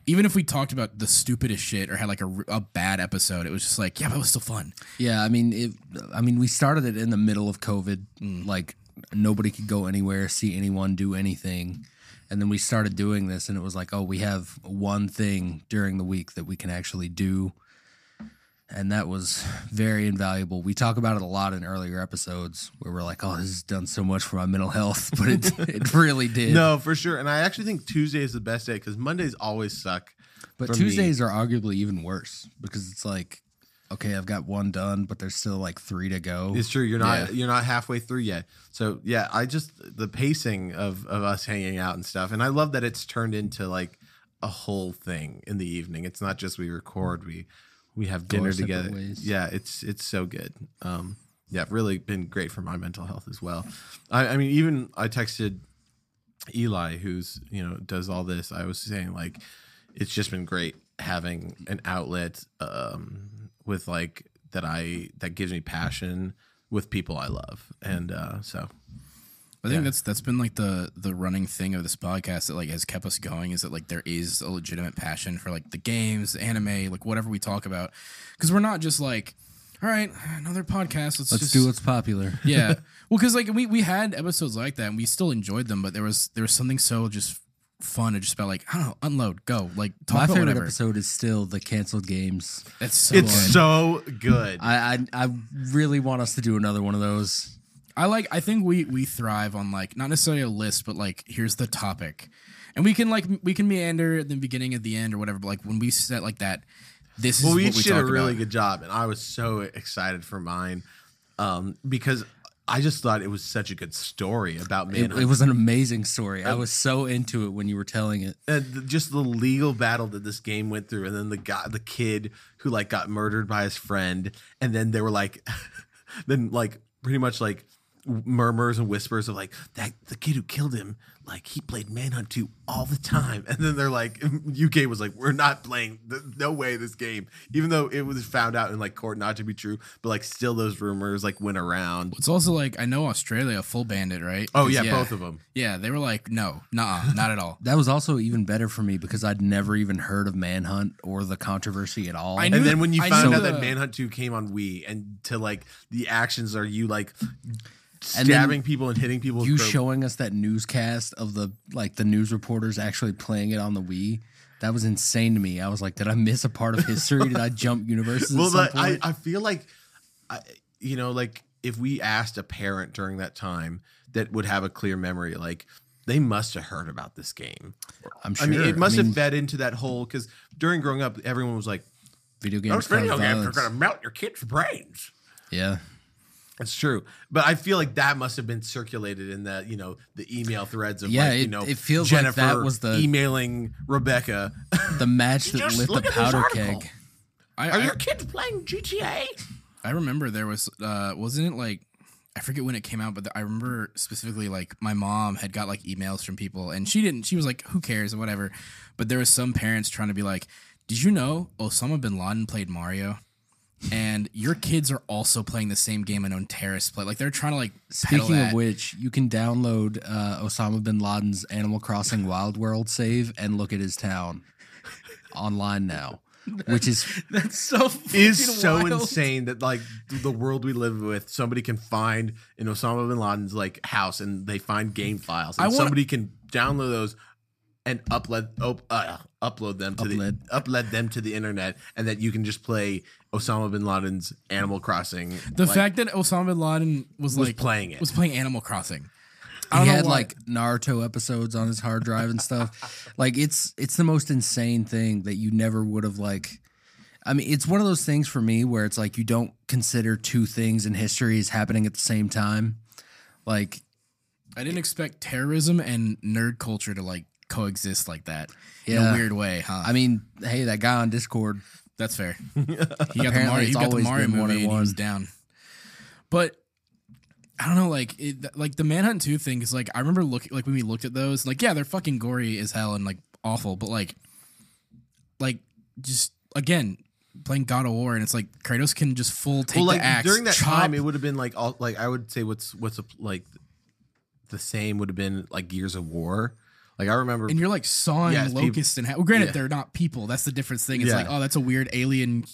even if we talked about the stupidest shit or had like a, r- a bad episode it was just like yeah but it was still fun
Yeah, I mean, it, I mean, we started it in the middle of COVID.
Mm.
Like nobody could go anywhere, see anyone, do anything, and then we started doing this, and it was like, oh, we have one thing during the week that we can actually do, and that was very invaluable. We talk about it a lot in earlier episodes where we're like, oh, this has done so much for my mental health, *laughs* but it it really did.
No, for sure. And I actually think Tuesday is the best day because Mondays always suck.
But
for me.
Tuesdays are arguably even worse because it's like, okay, I've got one done, but there's still like three to go.
It's true. You're not you're not halfway through yet. So yeah, I just the pacing of of us hanging out and stuff, and I love that it's turned into like a whole thing in the evening. It's not just we record we we have dinner
our separate
together.
ways.
Yeah, it's it's so good. Um, yeah, really been great for my mental health as well. I, I mean, even I texted Eli, who's you know does all this. I was saying like, it's just been great having an outlet um, with like that I that gives me passion with people I love, and uh, so
I think that's that's been like the the running thing of this podcast that like has kept us going is that like there is a legitimate passion for like the games, the anime, like whatever we talk about, because we're not just like, all right, another podcast. Let's,
Let's
just
do what's popular.
*laughs*
*laughs*
yeah. Well, because like we we had episodes like that and we still enjoyed them, but there was there was something so just fun and just about like I don't know, unload, go, like talk
My
about
favorite
whatever.
episode is still the canceled games.
That's so
it's
good.
so good.
I, I I really want us to do another one of those.
I like I think we we thrive on like not necessarily a list, but like here's the topic. And we can like we can meander at the beginning at the end or whatever, but like when we set like that, this
well,
is
we
what
each
we
did
talk
a really
about.
good job, and I was so excited for mine um, because I just thought it was such a good story about
It,
manhood.
it was an amazing story. I was so into it when you were telling it.
and th- just the legal battle that this game went through, and then the guy, the kid who like *laughs* got murdered by his friend, and then they were like, then like pretty much like murmurs and whispers of like that the kid who killed him, like he played Manhunt 2 all the time. *laughs* And then they're like, UK was like, we're not playing, th- no way this game. Even though it was found out in like court not to be true, but like still those rumors like went around.
It's also like I know Australia full banned it, right?
Oh yeah, both of them.
Yeah, they were like, no, nah, not at all.
That was also even better for me because I'd never even heard of Manhunt or the controversy at all.
I knew-
And then when you
I
found
knew
out
the-
that Manhunt 2 came on Wii and to like the actions are you like
And then
stabbing people and hitting people with
you
crow-
showing us that newscast of the like the news reporters actually playing it on the Wii. That was insane to me. I was like, did I miss a part of history? did
*laughs*
I jump universes?
well
at some
but I,
point?
I feel like I, you know like if we asked a parent during that time that would have a clear memory like they must have heard about this game
I'm sure.
i mean it must
mean,
have fed into that whole because during growing up everyone was like
video
those
games. cause
video games are
violence.
going to melt your kids brains
Yeah.
That's true, but I feel like that must have been circulated in the you know the email threads of
Yeah,
like, you
it-
know
it feels like that
Jennifer
was the-
emailing Rebecca.
The match that
Just
lit the
look at this
powder
article.
keg.
I,
*laughs* Are
I-
your kids playing GTA?
I remember there was uh wasn't it like I forget when it came out, but the, I remember specifically like my mom had got like emails from people and she didn't she was like who cares and whatever. But there was some parents trying to be like, "Did you know Osama bin Laden played Mario?" And your kids are also playing the same game and own terrorist play. Like they're trying to like peddle
Speaking of
that.
which, you can download uh, Osama bin Laden's Animal Crossing Wild World save and look at his town online now, which is
*laughs* that's so
Is so insane that like the world we live with, somebody can find in Osama bin Laden's like house and they find game files, and
I wanna-
somebody can download those and upload op, uh, upload them to
Upload.
the upload them to the internet, and that you can just play Osama bin Laden's Animal Crossing.
The
like,
fact that Osama bin Laden was,
was
like
playing it.
was playing Animal Crossing.
he
I don't know
had
why.
like Naruto episodes on his hard drive and stuff. like it's it's the most insane thing that you never would have like. I mean, it's one of those things for me where it's like you don't consider two things in history as happening at the same time. Like
I didn't expect terrorism and nerd culture to like coexist like that in a
Yeah.
weird way, huh?
I mean, hey, that guy on Discord.
That's
*laughs*
fair. He got the
Apparently
Mario,
it's
he got the
always
Mario
been
movie
one
and
and
he
one.
was down. But I don't know, like it, th- like the Manhunt 2 thing is like I remember looking like when we looked at those, like yeah, they're fucking gory as hell and like awful, but like like just again playing God of War and it's like Kratos can just full take
well,
the
like
axe.
during that
chop.
time, it would have been like all like I would say what's what's a, like the same would have been like Gears of War. Like I remember,
and you're like sawing
Yeah, it's people-
locusts and ha- well, granted
Yeah.
they're not people. That's the difference thing. It's
Yeah.
like oh, that's a weird alien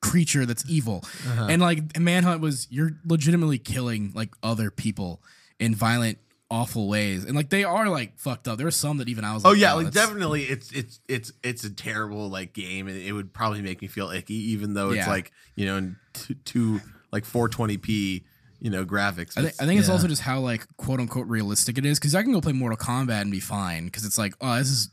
creature that's evil.
Uh-huh.
And like Manhunt was you're legitimately killing like other people in violent, awful ways. And like they are like fucked up. There were some that even I was.
oh
like,
yeah,
"Wow,
like
that's-
definitely, it's it's it's it's a terrible like game, and it would probably make me feel icky, even though it's
Yeah.
like you know in t- two like 420p you know graphics.
I, thi-
It's-
I think it's
Yeah.
also just how like quote unquote realistic it is because I can go play Mortal Kombat and be fine because it's like oh this is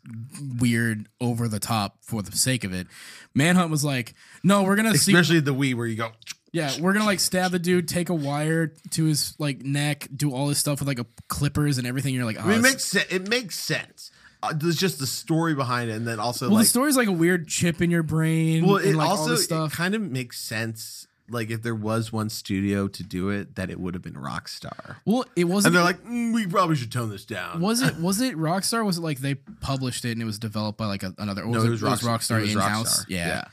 weird over the top for the sake of it. Manhunt was like no we're gonna see
especially the Wii where you go.
Yeah, we're gonna like stab the dude, take a wire to his like neck, do all this stuff with like a clippers and everything. You're like, oh,
I mean, it
this-
makes sense. It makes sense. Uh, there's just the story behind it, and then also
well,
like
the story's like a weird chip in your brain.
well,
and,
it
like, all
also
this stuff.
it kind of makes sense. Like if there was one studio to do it, that it would have been Rockstar.
well, it
and
wasn't.
they're like, "Mm, we probably should tone this down. *laughs*
was it was it Rockstar? Was it like they published it and it was developed by like a, another? Or
No,
was
it was Rockstar. It was
in house.
Rockstar.
Yeah.
Yeah.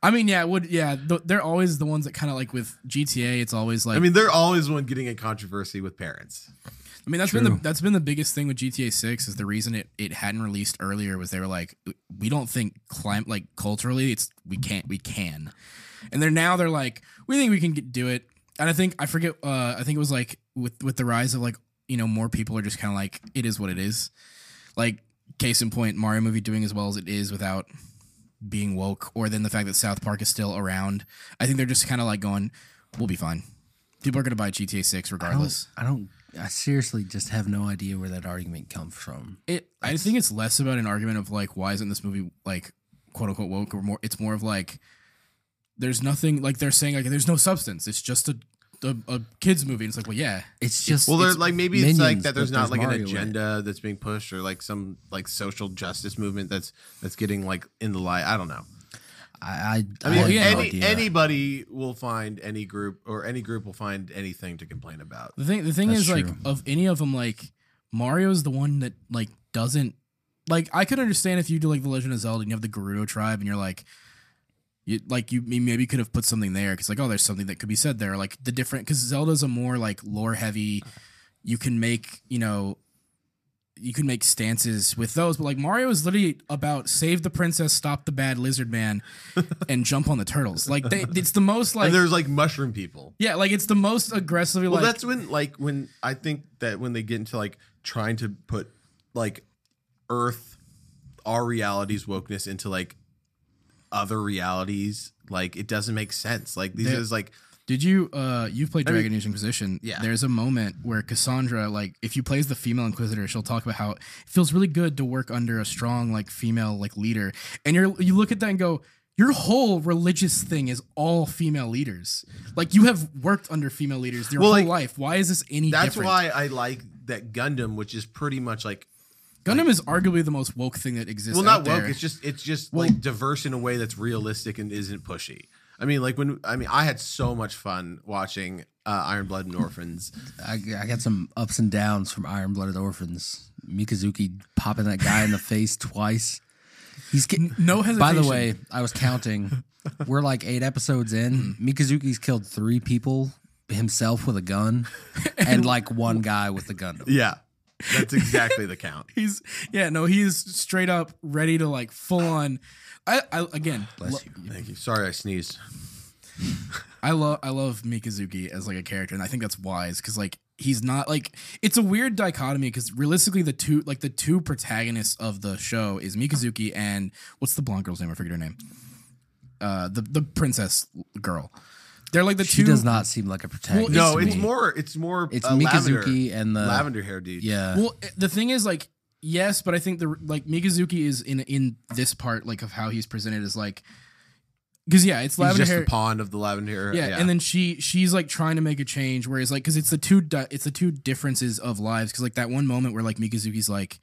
I mean, yeah, it would yeah. Th- they're always the ones that kind of like with GTA. It's always like
I mean, they're always the one getting in controversy with parents.
I mean, that's been the that's been the biggest thing with GTA Six is the reason it, it hadn't released earlier was they were like, we don't think clim- like culturally it's we can't we can, and they're now they're like we think we can get, do it, and I think I forget uh, I think it was like with with the rise of like you know more people are just kind of like it is what it is, like case in point Mario movie doing as well as it is without being woke or then the fact that South Park is still around, I think they're just kind of like going we'll be fine, people are gonna buy GTA Six
I don't-
regardless.
I don't. I seriously just have no idea where that argument comes from.
It. I think it's less about an argument of like why isn't this movie like quote unquote woke or more. It's more of like there's nothing like they're saying like there's no substance. It's just a a, a kids movie. And it's like well yeah.
It's just
Well, they're
it's
like maybe it's like
minions,
that. There's
but
not like
Mario
an
in it.
agenda that's being pushed, or like some like social justice movement that's that's getting like in the light. I don't know.
I, I,
I mean,
had no
any,
idea.
anybody will find any group, or any group will find anything to complain about.
The thing, the thing
That's
is, like,
true.
of any of them, like Mario's the one that like doesn't like. I could understand if you do like the Legend of Zelda and you have the Gerudo tribe, and you're like, you like you you maybe could have put something there because like oh, there's something that could be said there. Like the different because Zelda's a more like lore heavy. You can make you know. You can make stances with those, but like Mario is literally about save the princess, stop the bad
*laughs*
lizard man, and jump on the turtles. Like they, it's the most like
and there's like mushroom people.
yeah, like it's the most aggressively
Well,
like
that's when like when I think that when they get into like trying to put like Earth, our reality's wokeness into like other realities, like it doesn't make sense. Like these
They-
is like
Did you uh you've played
I mean-
Dragon Age Inquisition?
Yeah.
There's a moment where Cassandra, like, if you play as the female Inquisitor, she'll talk about how it feels really good to work under a strong, like, female like leader. And you're you look at that and go, your whole religious thing is all female leaders. Like you have worked under female leaders your
Well,
whole
like,
life. Why is this any
that's
different?
why I like that Gundam, which is pretty much like
Gundam is arguably the most woke thing that exists.
well not
out there.
woke it's just it's just like diverse in a way that's realistic and isn't pushy i mean like when i mean i had so much fun watching uh, iron blood and
*laughs*
orphans
I, I got some ups and downs from Iron Blooded Orphans. Mikazuki popping that guy in the face twice. He's getting.
no
By
hesitation.
the way, I was counting. We're like eight episodes in. Mikazuki's killed three people himself with
*laughs*
a gun, and like one guy with a Gundam.
yeah that's exactly the count
He's yeah, no, he's straight up ready to like full on. I, I again, lo-
Bless you.
thank you sorry i sneezed
I love I love Mikazuki as like a character, and I think that's wise because like he's not like it's a weird dichotomy because realistically the two like the two protagonists of the show is Mikazuki and what's the blonde girl's name? I forget her name. Uh, the the princess girl. They're like the
She
two.
does not seem like a protagonist.
no
to
it's
me.
more it's more
It's
uh,
Mikazuki and the
lavender hair dude
Yeah,
Well, eh, the thing is like yes, but I think the like Mikazuki is in in this part like of how he's presented is like because yeah, it's
He's
lavender
just
hair.
the pawn of the lavender hair.
yeah, and then she she's like trying to make a change whereas like because it's the two di- it's the two differences of lives because like that one moment where like mikazuki's like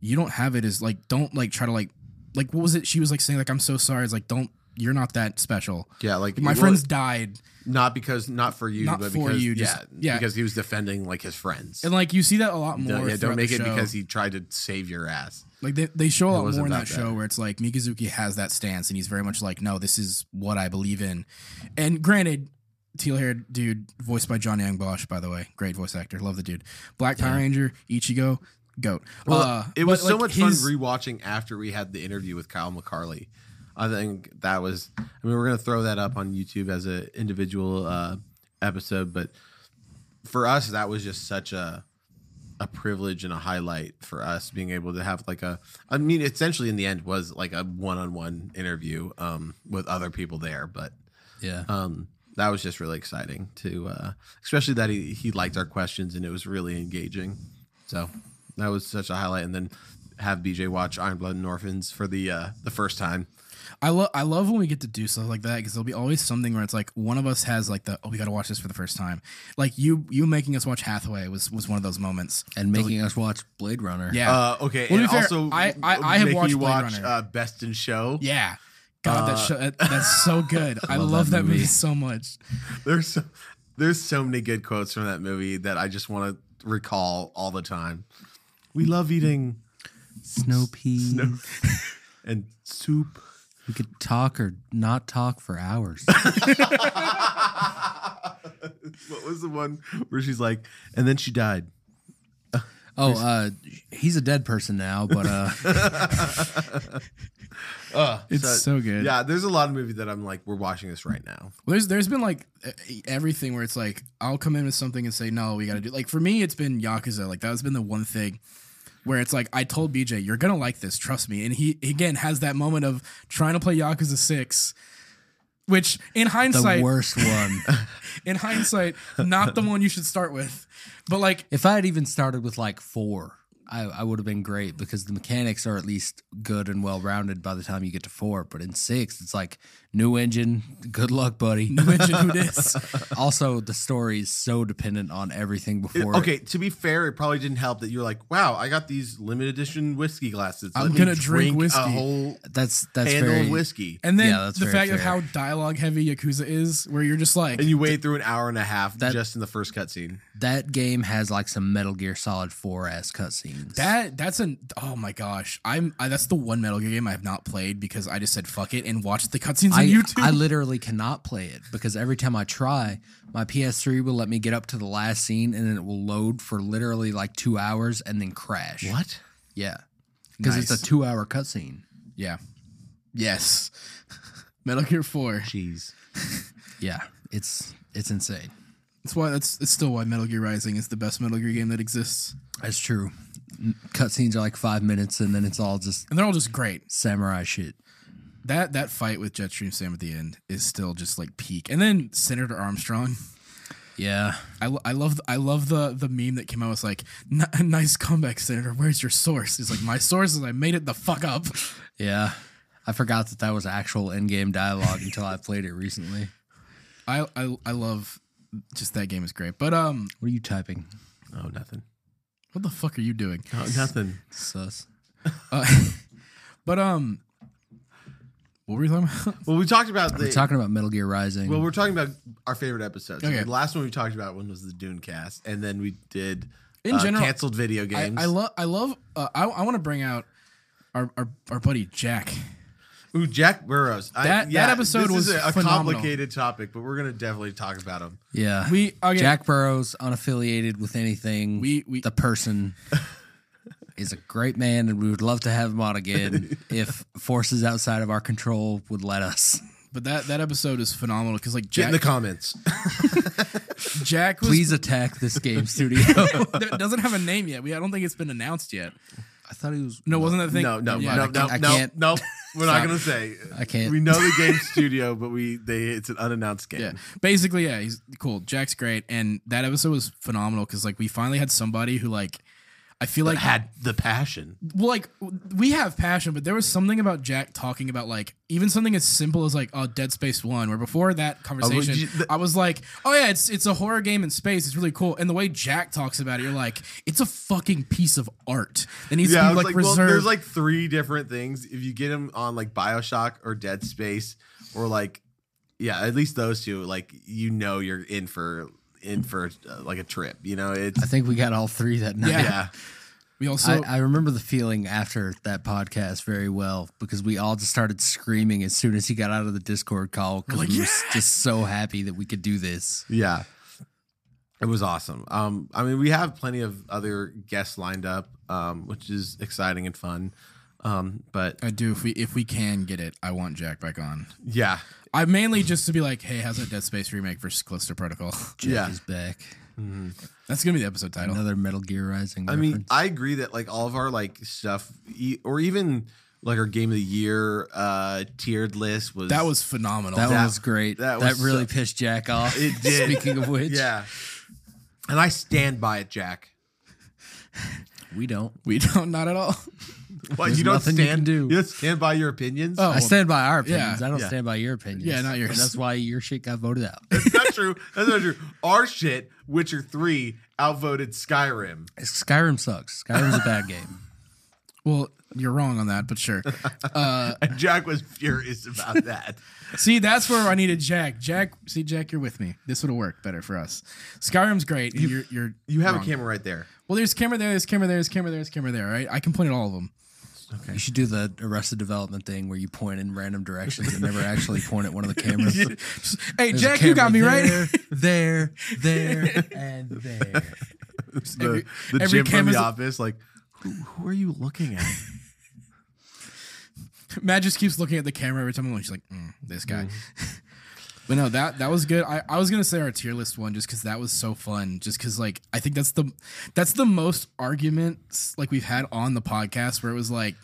you don't have it is like don't like try to like like what was it she was like saying like i'm so sorry it's like don't you're not that special
yeah, like
my
well,
friends died
not because not for you,
Not
but
for
because
you,
yeah,
just- yeah.
because he was defending like his friends.
and like you see that a lot more
Don't- yeah, don't
throughout
make
the
it
show.
because he tried to save your ass.
Like they, they show a lot
wasn't
more in
about
that,
that.
show where it's like Mikazuki has that stance and he's very much like, no, this is what I believe in. And granted, teal haired dude, voiced by John Young Bosch, by the way, great voice actor, love the dude. Black Power Ranger, Ichigo, goat.
Well,
Uh,
it
but,
was so
like,
much
his-
fun rewatching after we had the interview with Kyle McCarley. I think that was. I mean, we're gonna throw that up on YouTube as an individual uh, episode, but for us, that was just such a a privilege and a highlight for us being able to have like a. I mean, essentially, in the end, was like a one-on-one interview um, with other people there, but
yeah.
um, that was just really exciting to, uh, especially that he, he liked our questions and it was really engaging. So that was such a highlight. And then have BJ watch Iron Blood and Orphans for the uh, the first time.
I love I love when we get to do stuff like that because there'll be always something where it's like one of us has like the oh we got to watch this for the first time like you you making us watch Hathaway was was one of those moments
and making us watch Blade Runner.
yeah
Uh, okay.
Well, to
and
be fair,
also,
I- I- I have
making
watched
you
Blade
watch
Runner.
uh, Best in Show.
yeah God that,
Uh,
show, that that's
*laughs*
so good I love, that movie. so much
There's so, there's so many good quotes from that movie that I just want to recall all the time. We love eating
Snow peas.
and soup. *laughs*
We could talk or not talk for hours. *laughs*
What was the one where she's like, and then she died?
oh, uh, he's a dead person now, but
*laughs*
uh,
It's so good.
Yeah, there's a lot of movies that I'm like, we're watching this right now.
Well, There's there's been like e- everything where it's like I'll come in with something and say no, we got to do like for me it's been Yakuza like that's been the one thing where it's like I told BJ you're gonna like this, trust me, and he again has that moment of trying to play Yakuza six, which in
the
hindsight,
*laughs*
worst one.
in hindsight, not the one you should start with, but like
If I had even started with like four, I, I would have been great because the mechanics are at least good and well rounded by the time you get to four. But in six, it's like new engine, good luck, buddy.
No mention who this.
*laughs* also, the story is so dependent on everything
It-
before. it.
okay, to be fair, it probably didn't help that you were like, "Wow, I got these limited edition whiskey glasses.
I'm gonna drink whiskey."
a whole
that's that's
handle
very
of whiskey."
And then
Yeah, that's
the
very
fact of
fair.
how dialogue heavy Yakuza is, where you're just like,
And you wade through an hour and a half
That-
just in the first cutscene.
that game has like some Metal Gear Solid Four ass cutscenes.
That that's an oh my gosh I'm I, that's the one Metal Gear game I have not played because I just said fuck it and watched the cutscenes on
I,
YouTube.
I literally cannot play it because every time I try, my PS3 will let me get up to the last scene and then it will load for literally like two hours and then crash.
What?
Yeah. Because it's
Nice.
a two hour cutscene.
yeah, yes, *laughs* Metal Gear Four.
Jeez.
Yeah. It's it's insane.
That's why that's it's still why Metal Gear Rising is the best Metal Gear game that exists,
That's true. N- Cutscenes are like five minutes and then it's all just
and they're all just great.
samurai shit.
That that fight with Jetstream Sam at the end is still just like peak. And then Senator Armstrong,
Yeah.
I, lo- I love I love the the meme that came out. It was like, "N- nice comeback, Senator. Where's your source? He's like, my source is I made it the fuck up. *laughs*
Yeah. I forgot that that was actual in game dialogue until I played it recently.
I, I I love just that game is great. But um,
What are you typing?
Oh, nothing.
what the fuck are you doing?
Oh, nothing.
Sus.
Uh, but um, what were we talking about? *laughs*
Well, we talked about the.
We're talking about Metal Gear Rising.
well, we're talking about our favorite episodes.
Okay.
The last one we talked about one was the Dune cast, and then we did
In
uh,
general,
canceled video
I,
games.
I love I love uh, I I want to bring out our, our our buddy Jack.
Ooh, Jack Burrows. I-
That- that episode
this
was
is a, a
phenomenal.
complicated topic, but we're gonna definitely talk about him.
yeah.
We okay,
Jack Burrows, unaffiliated with anything.
We- we-
the person is a great man, and we would love to have him on again if forces outside of our control would let us. *laughs*
But that that episode is phenomenal because like
Get in the
Jack
comments.
Jack was, *laughs*
Please attack this game studio. I
that doesn't have a name yet. We I don't think it's been announced yet.
*laughs* thought he was
No, wasn't that the thing?
no, no,
Yeah.
no,
I
no,
can't- I
no,
can't.
no. We're not
Stop.
gonna say.
I can't.
We know the game studio, but we they it's an unannounced game.
Yeah. Basically, yeah, he's cool. Jack's great, and that episode was phenomenal because like we finally had somebody who like I feel like
Had the passion.
well, like we have passion, but there was something about Jack talking about like even something as simple as like oh Dead Space One, where before that conversation
Oh, you- the-
I was like oh yeah it's it's a horror game in space, it's really cool, and the way Jack talks about it, you're like it's a fucking piece of art that needs
Yeah, I
to
was
be like,
like, well,
reserved.
there's like three different things. If you get him on like Bioshock or Dead Space or like, yeah, at least those two, like you know you're in for in for uh, like a trip. You know,
*laughs*
it's
I think we got all three that night.
Yeah.
yeah.
we also
I, I remember the feeling after that podcast very well because we all just started screaming as soon as he got out of the Discord call because
like,
we were s- just so happy that we could do this.
Yeah. It was awesome. Um, I mean, we have plenty of other guests lined up, um, which is exciting and fun. Um, but
I do if we if we can get it, I want Jack back on.
yeah,
I mainly just to be like, hey, how's that Dead Space remake versus Cluster Protocol? *laughs*
Jack
Yeah. Mm-hmm.
is back.
That's gonna be the episode title.
Another Metal Gear Rising.
I mean,
reference.
I agree that like all of our like stuff, e- or even like our game of the year uh tiered list was
That was phenomenal.
that,
that-
one was great.
that
That,
was
really
so-
pissed Jack off.
It did.
Speaking of
*laughs*
which,
yeah, and I stand by it, Jack.
we don't.
we *laughs* don't not at all.
What
There's
you don't
nothing you
stand
can do.
You don't stand by your opinions.
Oh.
I stand by our opinions.
yeah,
I don't
yeah.
stand by your opinions.
Yeah, not yours.
And that's why your shit got voted out.
that's not true. That's not true. Our shit, Witcher Three, outvoted Skyrim.
Skyrim sucks. Skyrim's a bad
*laughs*
game.
Well, you're wrong on that, but sure.
And Jack was furious about that.
see, that's where I needed Jack. Jack, see, Jack, you're with me. This would have worked better for us. Skyrim's great. and you're, you're,
You have
wrong.
a camera right there.
Well, there's camera there. There's camera there. There's camera there. There's camera there. Right? I can point at all of them.
You should do the Arrested Development thing where you point in random directions and never actually point at one of the
*laughs*
cameras.
Hey,
There's a
Jack, you got me
camera
right.
There, there,
*laughs*
there, and there.
The,
Every-
the
every
gym from
camera's-
the office, like, who, who are you looking at?
Matt just keeps looking at the camera every time. I'm like, she's like, mm, this guy.
Mm-hmm.
*laughs* but no, that that was good. I, I was gonna say our tier list one just because that was so fun. Just because like I think that's the that's the most arguments like we've had on the podcast where it was like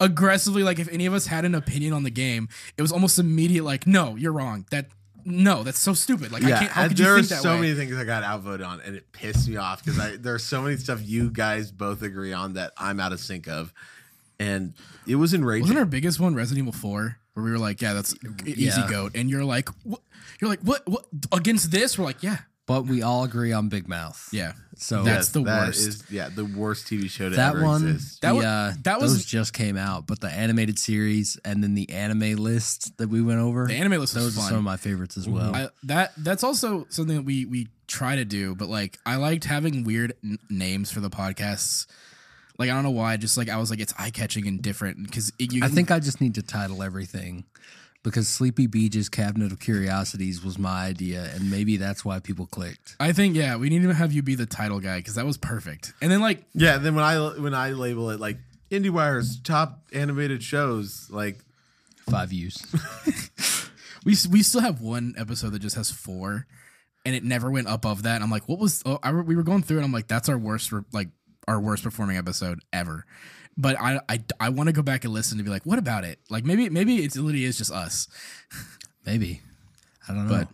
aggressively like if any of us had an opinion on the game, it was almost immediate like, no, you're wrong. That no, that's so stupid. Like I
Yeah,
can't. How
and
could you
there
think
are
that
so
way?
many things I got outvoted on, and it pissed me off because I there's so many stuff you guys both agree on that I'm out of sync of, and it was enraging.
Wasn't our biggest one Resident Evil Four, where we were like, "Yeah, that's e-, easy
Yeah.
goat," and you're like, what? "You're like, what? What against this?" We're like, "Yeah,
But we all agree on Big Mouth.
yeah."
So
That's- the
Oh, that
worst.
is- yeah, the worst TV show to
that
ever
one,
exist.
That
the,
was-
uh,
that
those
was-
just came out, but the animated series and then the anime list that we went over.
The anime list was
those are
fun.
some of my favorites as well.
I, that that's also something that we we try to do, but like I liked having weird n- names for the podcasts. Like I don't know why, just like I was like it's eye catching and different because you.
I think I just need to title everything because Sleepy Beach's Cabinet of Curiosities was my idea, and maybe that's why people clicked.
I think yeah, we need to have you be the title guy because that was perfect. And then like
yeah, then when I when I label it like IndieWire's top animated shows, like
Five
*laughs*
views.
we s- we still have one episode that just has four, and it never went above that. And I'm like, what was? Oh, I, re- we were going through, and I'm like, that's our worst, re- like our worst performing episode ever. But I I, I want to go back and listen to be like, what about it? Like maybe maybe it's, it literally is just us.
maybe. I don't know.
But-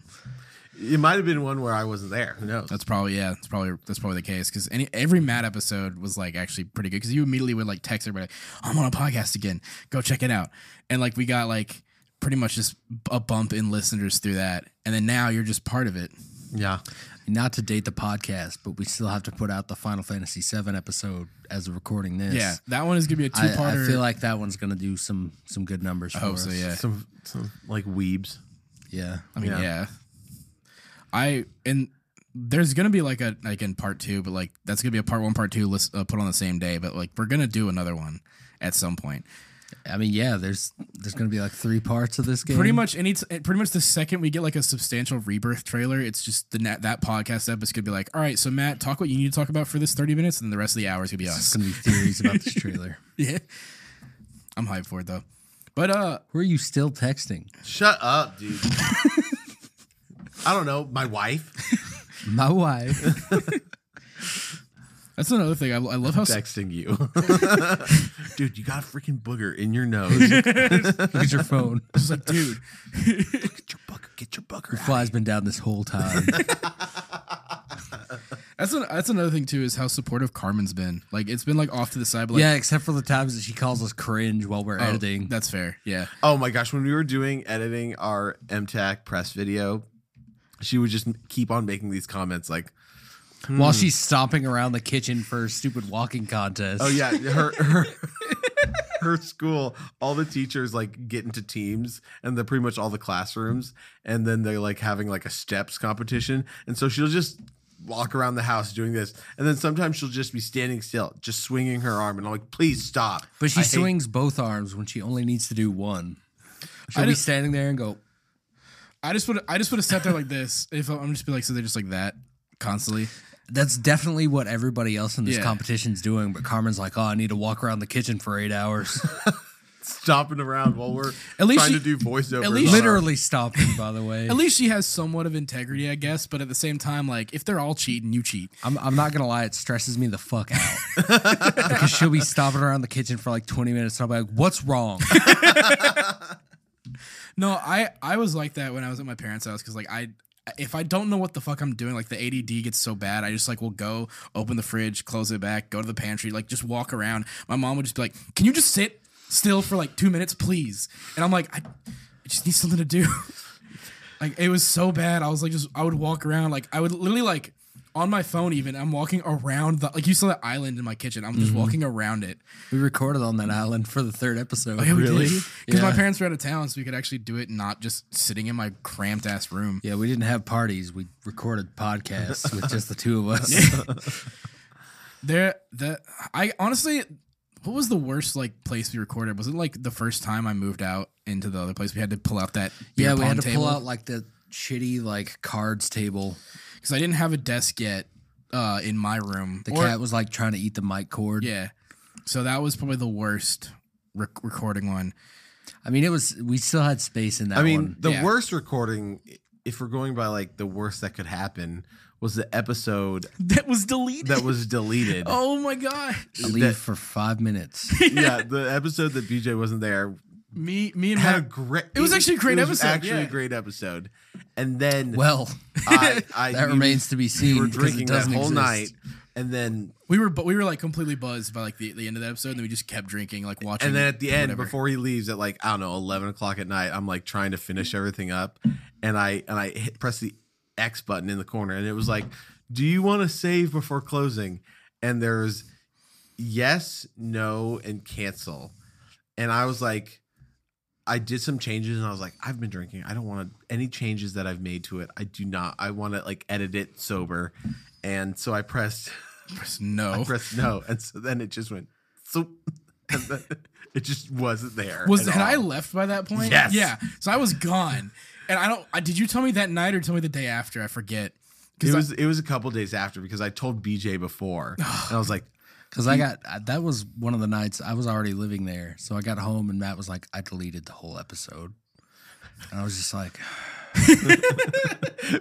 it might have been one where I wasn't there. Who knows?
That's probably yeah. That's probably that's probably the case because any every Matt episode was like actually pretty good because you immediately would like text everybody, I'm on a podcast again, go check it out, and like we got like pretty much just a bump in listeners through that, and then now you're just part of it.
yeah,
Not to date the podcast, but we still have to put out the Final Fantasy VII episode as of recording this.
Yeah, that one is gonna be a two
I, I
parter.
feel like that one's going to do some some good numbers. for
hope
us.
so. Yeah,
some some like weebs.
Yeah.
I mean,
Yeah.
yeah. I and there's gonna be like a like in part two, but like that's gonna be a part one, part two list uh, put on the same day. But like we're gonna do another one at some point.
I mean, yeah. There's there's going to be like three parts of this game.
Pretty much any t- pretty much the second we get like a substantial rebirth trailer, it's just the na- that podcast episode could be like, all right, so Matt, talk what you need to talk about for this thirty minutes, and the rest of the hours could be
It's
us.
going to be theories about
*laughs*
this trailer.
yeah, I'm hyped for it though. But uh,
Who are you still texting?
Shut up,
*laughs*
dude. I don't know. My wife
My wife.
*laughs* that's another thing. I, I love how
texting you, *laughs* dude. You got a freaking booger in your nose.
Look at your phone.
it's like, dude,
Get your booger. Get your booger. out.
*laughs* Fly's been down this whole time.
That's an, that's another thing too is how supportive Carmen's been. Like it's been like off to the side, but like,
yeah, except for the times that she calls us cringe while we're
oh,
editing.
That's fair. Yeah,
Oh my gosh, when we were doing editing our MTAC press video, she would just keep on making these comments like,
While
Hmm.
she's stomping around the kitchen for her stupid walking contest.
"Oh yeah, her her, *laughs* her school, all the teachers like get into teams and they're pretty much all the classrooms and then they're like having like a steps competition and so she'll just walk around the house doing this and then sometimes she'll just be standing still just swinging her arm and i'm like please stop
But she
I hate-
swings both arms when she only needs to do one. She'll
I
be
just-
standing there and go,
I just would I just would have sat there like this if I'm just be like so they're just like that constantly.
That's definitely what everybody else in this
Yeah.
competition's doing. But Carmen's like, oh, I need to walk around the kitchen for eight
*laughs*
hours.
stomping around while we're
At least
trying
she-
to do voiceovers
at least-
on our-
Literally stomping, by the way.
At least she has somewhat of integrity, I guess. But at the same time, like if they're all cheating, you cheat.
I'm, I'm not gonna lie, it stresses me the fuck out *laughs* because she'll be stomping around the kitchen for like 20 minutes. And I'll be like, "What's
*laughs*
wrong?"
No, I I was like that when I was at my parents' house because like I if I don't know what the fuck I'm doing, like the ADD gets so bad, I just like will go open the fridge, close it back, go to the pantry, like just walk around. My mom would just be like, "Can you just sit still for like two minutes, please?" And I'm like, I, I just need something to do. *laughs* like it was so bad, I was like, just I would walk around, like I would literally like. On my phone, even I'm walking around the like you saw that island in my kitchen. I'm just walking around it.
we recorded on that island for the third episode.
Oh, Yeah, we did. Because my
Yeah.
parents were out of town, so we could actually do it not just sitting in my cramped ass room.
Yeah, we didn't have parties. We recorded podcasts with just the two
*laughs*
of us.
There, the I honestly, what was the worst like place we recorded? Was it like the first time I moved out into the other place? We had to pull out that beer
yeah, we had
pong
to
table?
pull out like the shitty like cards table.
because I didn't have a desk yet uh, in my room.
The
Or-
cat was like trying to eat the mic cord.
yeah. So that was probably the worst rec- recording one. *laughs*
I mean, it was. We still had space in that.
I mean,
one.
the
Yeah.
worst recording, if we're going by like the worst that could happen, was the episode
That was deleted.
that was deleted.
*laughs* oh my god.
I leave
that- *laughs*
for five minutes.
yeah, the episode that BJ wasn't there
me, me and
had a
Matt.
great.
It was actually a great
it was
episode,
Actually,
yeah.
a great episode. And then
Well, *laughs*
I, I,
that
we-
remains to be seen.
We were
because it
drinking that
doesn't
whole
exist.
night, and then
we were, but we were like completely buzzed by like the, the end of the episode, and then we just kept drinking, like watching.
and then at the end,
whatever.
before he leaves at like I don't know eleven o'clock at night, I'm like trying to finish everything up, and I and I hit press the X button in the corner, and it was like, "Do you want to save before closing?" And there's yes, no, and cancel, and I was like. I did some changes and I was like, I've been drinking. I don't want any changes that I've made to it. I do not. I want to like edit it sober. And so I pressed *laughs*
Press no,
I pressed no, and so then it just went. So *laughs* and then it just wasn't there.
was
at
had I
all.
left by that point?
Yes.
Yeah. So I was gone, and I don't. I, did you tell me that night or tell me the day after? I forget.
It
I-
was it was a couple days after because I told BJ before, and I was like,
*sighs*
Because I got I- that was one of the nights I was already living there, so I got home and Matt was like, "I deleted the whole episode," and I was just like,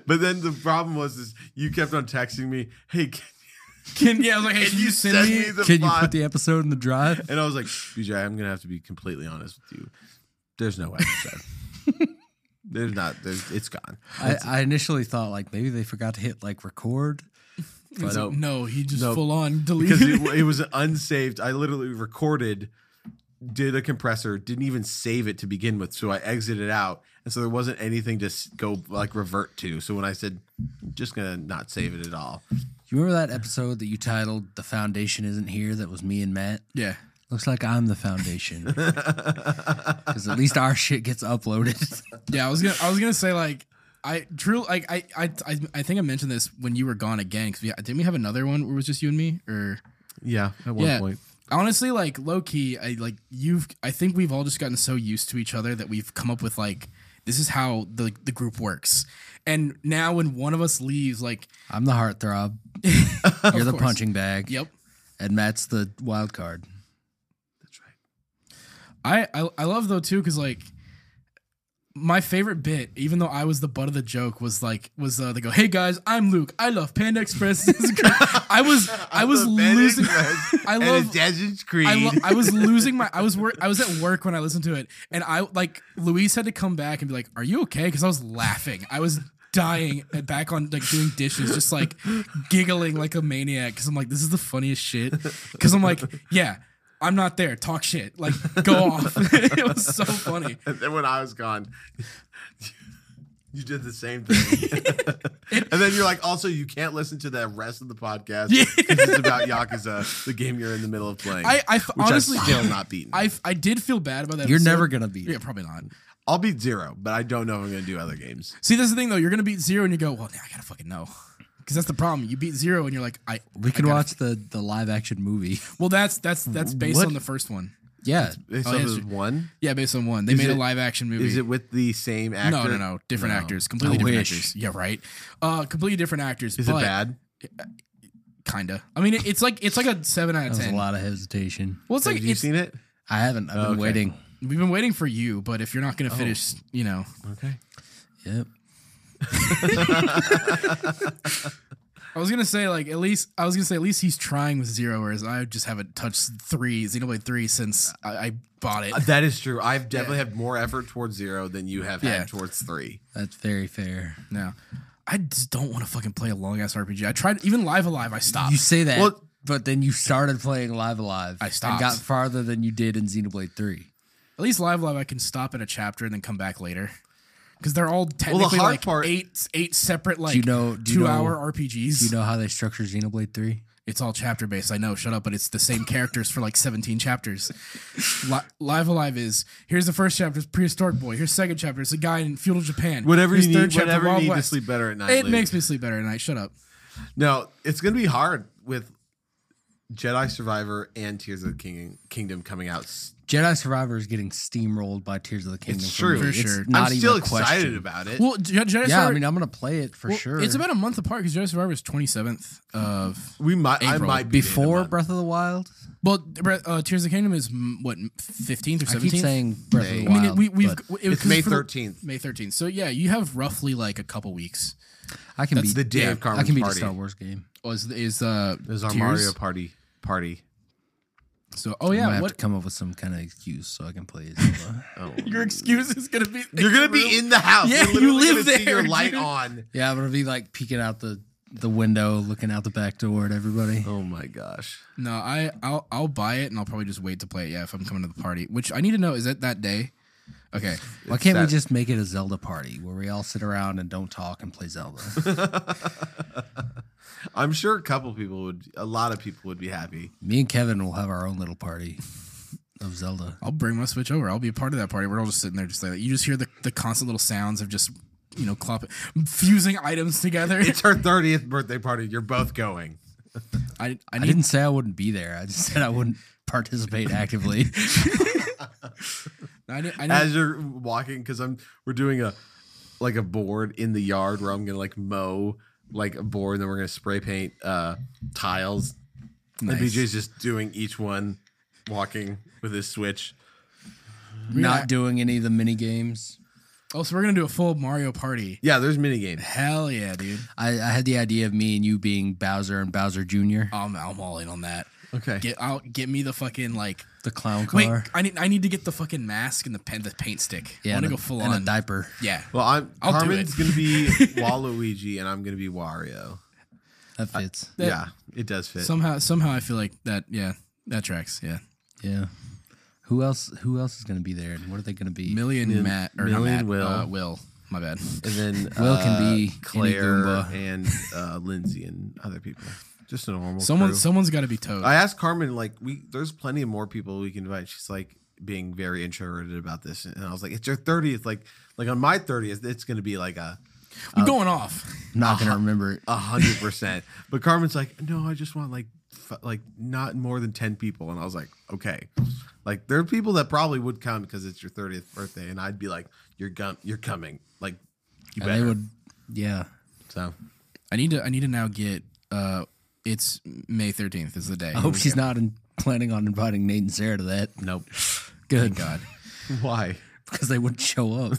but then the problem was is you kept on texting me, hey, can,
Can, yeah, I was like, hey,
can
can
you send me, the
"Can you
file?"
put the episode in the drive?"
and I was like, BJ, I'm gonna have to be completely honest with you. There's no episode.
*laughs*
there's not. There's it's gone.
I, I initially thought like maybe they forgot to hit like record.
He's
Nope.
like, no, he just
Nope.
full on
because
deleted. *laughs*
it,
it.
it was unsaved. I literally recorded, did a compressor, didn't even save it to begin with, so I exited out, and so there wasn't anything to s- go like revert to. So when I said, just gonna not save it at all,
You remember that episode that you titled "The Foundation Isn't Here"? That was me and Matt.
Yeah.
Looks like I'm the
*laughs*
foundation because at least our shit gets uploaded. *laughs*
Yeah, I was gonna I was gonna say like I drew like I I I, I think I mentioned this when you were gone again because didn't we have another one where it was just you and me or
yeah, at one
Yeah.
point,
honestly like low key I like you've I think we've all just gotten so used to each other that we've come up with like this is how the the group works and now when one of us leaves like
I'm the
*laughs*
heartthrob. You're the
course.
punching bag,
yep
and Matt's the wild card.
that's right.
I I, I love though too because like my favorite bit, even though I was the butt of the joke, was like was uh, they go, "Hey guys, I'm Luke. I love Panda Express." *laughs* This is great." I was I was losing. *laughs* I love.
Desert
I,
Creed.
lo- I was losing my. I was work. I was at work when I listened to it, and I like Luis had to come back and be like, "Are you okay?" Because I was laughing. I was dying and back on like doing dishes, just like giggling like a maniac. Because I'm like, this is the funniest shit. Because I'm like, yeah, I'm not there. Talk shit. Like go off. *laughs* it was so funny.
*laughs* and then when I was gone. *laughs* You did the same
*laughs*
thing, and then you're like, also, you can't listen to the rest of the podcast because it's about Yakuza, the game you're in the middle of playing.
I, I f-
which
honestly
I've still not beaten.
I, f- I did feel bad about that.
You're
episode.
never gonna beat
Yeah,
it.
probably not.
I'll beat zero, but I don't know if I'm gonna do other games.
See, that's the thing though. You're gonna beat zero, and you go, well, now I gotta fucking know. Because that's the problem. You beat zero, and you're like, I.
We
I
could
gotta-
watch the the live action
*laughs*
movie.
Well, that's that's that's based
What?
on the first one.
Yeah,
Based
Oh,
off
yeah,
of
it's-
one,
Yeah, based on one. They
Is
made
it-
a live action movie.
is it with the same actor?
no, no, no. Different
No.
actors. Completely different
wish.
actors. Yeah, right. Uh, completely different actors.
Is
but
it bad?
Kinda. I mean, it, it's like it's like a seven out
that
of
was a
ten.
lot of hesitation.
Well, it's
Have
like
you
it's,
seen it?
I haven't. I've been
okay.
waiting.
we've been waiting for you, but if you're not
Oh.
gonna finish, you know,
Okay.
Yep.
I was gonna say like at least I was gonna say at least he's trying with zero, whereas I just haven't touched three Xenoblade three since I, I bought it.
*laughs* That is true. I've definitely had more effort towards zero than you have
Yeah.
had towards three.
That's very fair.
No, I just don't want to fucking play a long ass RPG. I tried even Live Alive. I stopped.
You say that,
Well-
but then you started playing Live Alive.
I stopped.
And got farther than you did in Xenoblade Three.
At least Live Live, I can stop at a chapter and then come back later. Because they're all technically
hard
like
part-
eight eight separate like
you know- do
two
you know-
hour RPGs.
Do you know how they structure Xenoblade Three?
it's all chapter based. I know. Shut up. But it's the same characters for like seventeen chapters. Li- Live Alive is here's the first chapter. It's prehistoric boy. Here's second chapter. It's a guy in feudal Japan.
Whatever
here's
you
third
need,
chapter,
whatever you
Wild
need to
West.
sleep better at night.
It
Luke.
makes me sleep better at night. Shut up.
no. It's gonna be hard with Jedi Survivor and Tears of the King- Kingdom coming out. s-
Jedi Survivor is getting steamrolled by Tears of the Kingdom.
It's true.
for me.
For sure.
It's not
I'm
even
still
a
excited
question.
about it.
Well, Je- Jedi
Yeah, I
Survivor-
mean, I'm gonna play it for
well,
sure.
It's about a month apart because Jedi Survivor is twenty seventh of
we might. I
April.
might be
before Breath of the Wild.
well, uh, Tears of the Kingdom is mm, what fifteenth or
I keep
seventeenth.
saying Breath of the
May.
I
Wild.
mean, it, we, we've
but
it,
It's
was
May
for the-
13th.
May 13th. So yeah, you have roughly like a couple weeks.
I can beat
the day
yeah,
of
I
Carmen's
can beat a
party.
Star Wars game.
Was is uh
There's our
Tears?
Mario Party party.
So, oh
Yeah, I
yeah,
have
what
to *laughs* come up with some kind of excuse so I can play. Zelda.
your excuse is gonna be?
You're gonna be in the house.
Yeah,
You're
you
literally
live
gonna see
there,
your light
dude.
on.
yeah, I'm gonna be like peeking out the the window, looking out the back door at everybody.
Oh my gosh.
*laughs* No, I I'll I'll buy it and I'll probably just wait to play it. Yeah, if I'm coming to the party, which I need to know is it that day? Okay,
Why can't we
that-
just make it a Zelda party where we all sit around and don't talk and play Zelda? *laughs*
I'm sure a couple people would, a lot of people would be happy.
Me and Kevin will have our own little party of Zelda.
I'll bring my Switch over. I'll be a part of that party. We're all just sitting there, just like you just hear the, the constant little sounds of just you know clopping, fusing items together.
It's her 30th birthday party. You're both going.
*laughs* I I
I
need
didn't say I wouldn't be there. I just said I wouldn't participate
*laughs*
actively.
I, need, I need,
As you're walking, because I'm, we're doing a, like a board in the yard where I'm gonna like mow like a board, and then we're gonna spray paint uh tiles.
Nice.
And BJ's just doing each one, walking with his switch.
*laughs* Not doing any of the mini games.
oh, so we're gonna do a full Mario party.
Yeah, there's mini games.
Hell yeah, dude!
I, I had the idea of me and you being Bowser and Bowser Jr.
I'm I'm all in on that.
Okay.
Get out, get me the fucking like.
The clown car.
Wait, I need I need to get the fucking mask and the pen, the paint stick. I want to
and
go
a-
full
and
on.
a diaper.
yeah,
Well, I'm
I'll do
Carmen's
it.
gonna
*laughs*
be Waluigi, and I'm gonna be Wario.
That fits.
That-
yeah, it does fit.
somehow somehow I feel like that. Yeah, that tracks. Yeah,
yeah. Who else? Who else is going to be there? And what are they going to be?
million
Mil-
Matt or
Million
not Matt,
Will.
uh, Will. My bad.
and then
Will can
uh,
be any
Claire
Goomba.
and uh, Lindsay and other people. Just a normal.
Someone
crew.
someone's got to be Toad.
I asked Carmen like we there's plenty of more people we can invite. She's like being very introverted about this, and I was like, it's your thirtieth, like like on my thirtieth, it's gonna be like a
I'm going off.
Not
Uh-huh.
going to remember it.
a hundred
*laughs*
percent. But Carmen's like, no, I just want like f- like not more than ten people, and I was like, okay, like there are people that probably would come because it's your thirtieth birthday, and I'd be like, you're gum, you're coming, like you
And
better.
they would. Yeah.
so
I need to I need to now get. uh It's May 13th is the day.
I hope she's not in, planning on inviting Nate and Sarah to that.
nope.
Good
God.
*laughs* Why?
because they wouldn't show up.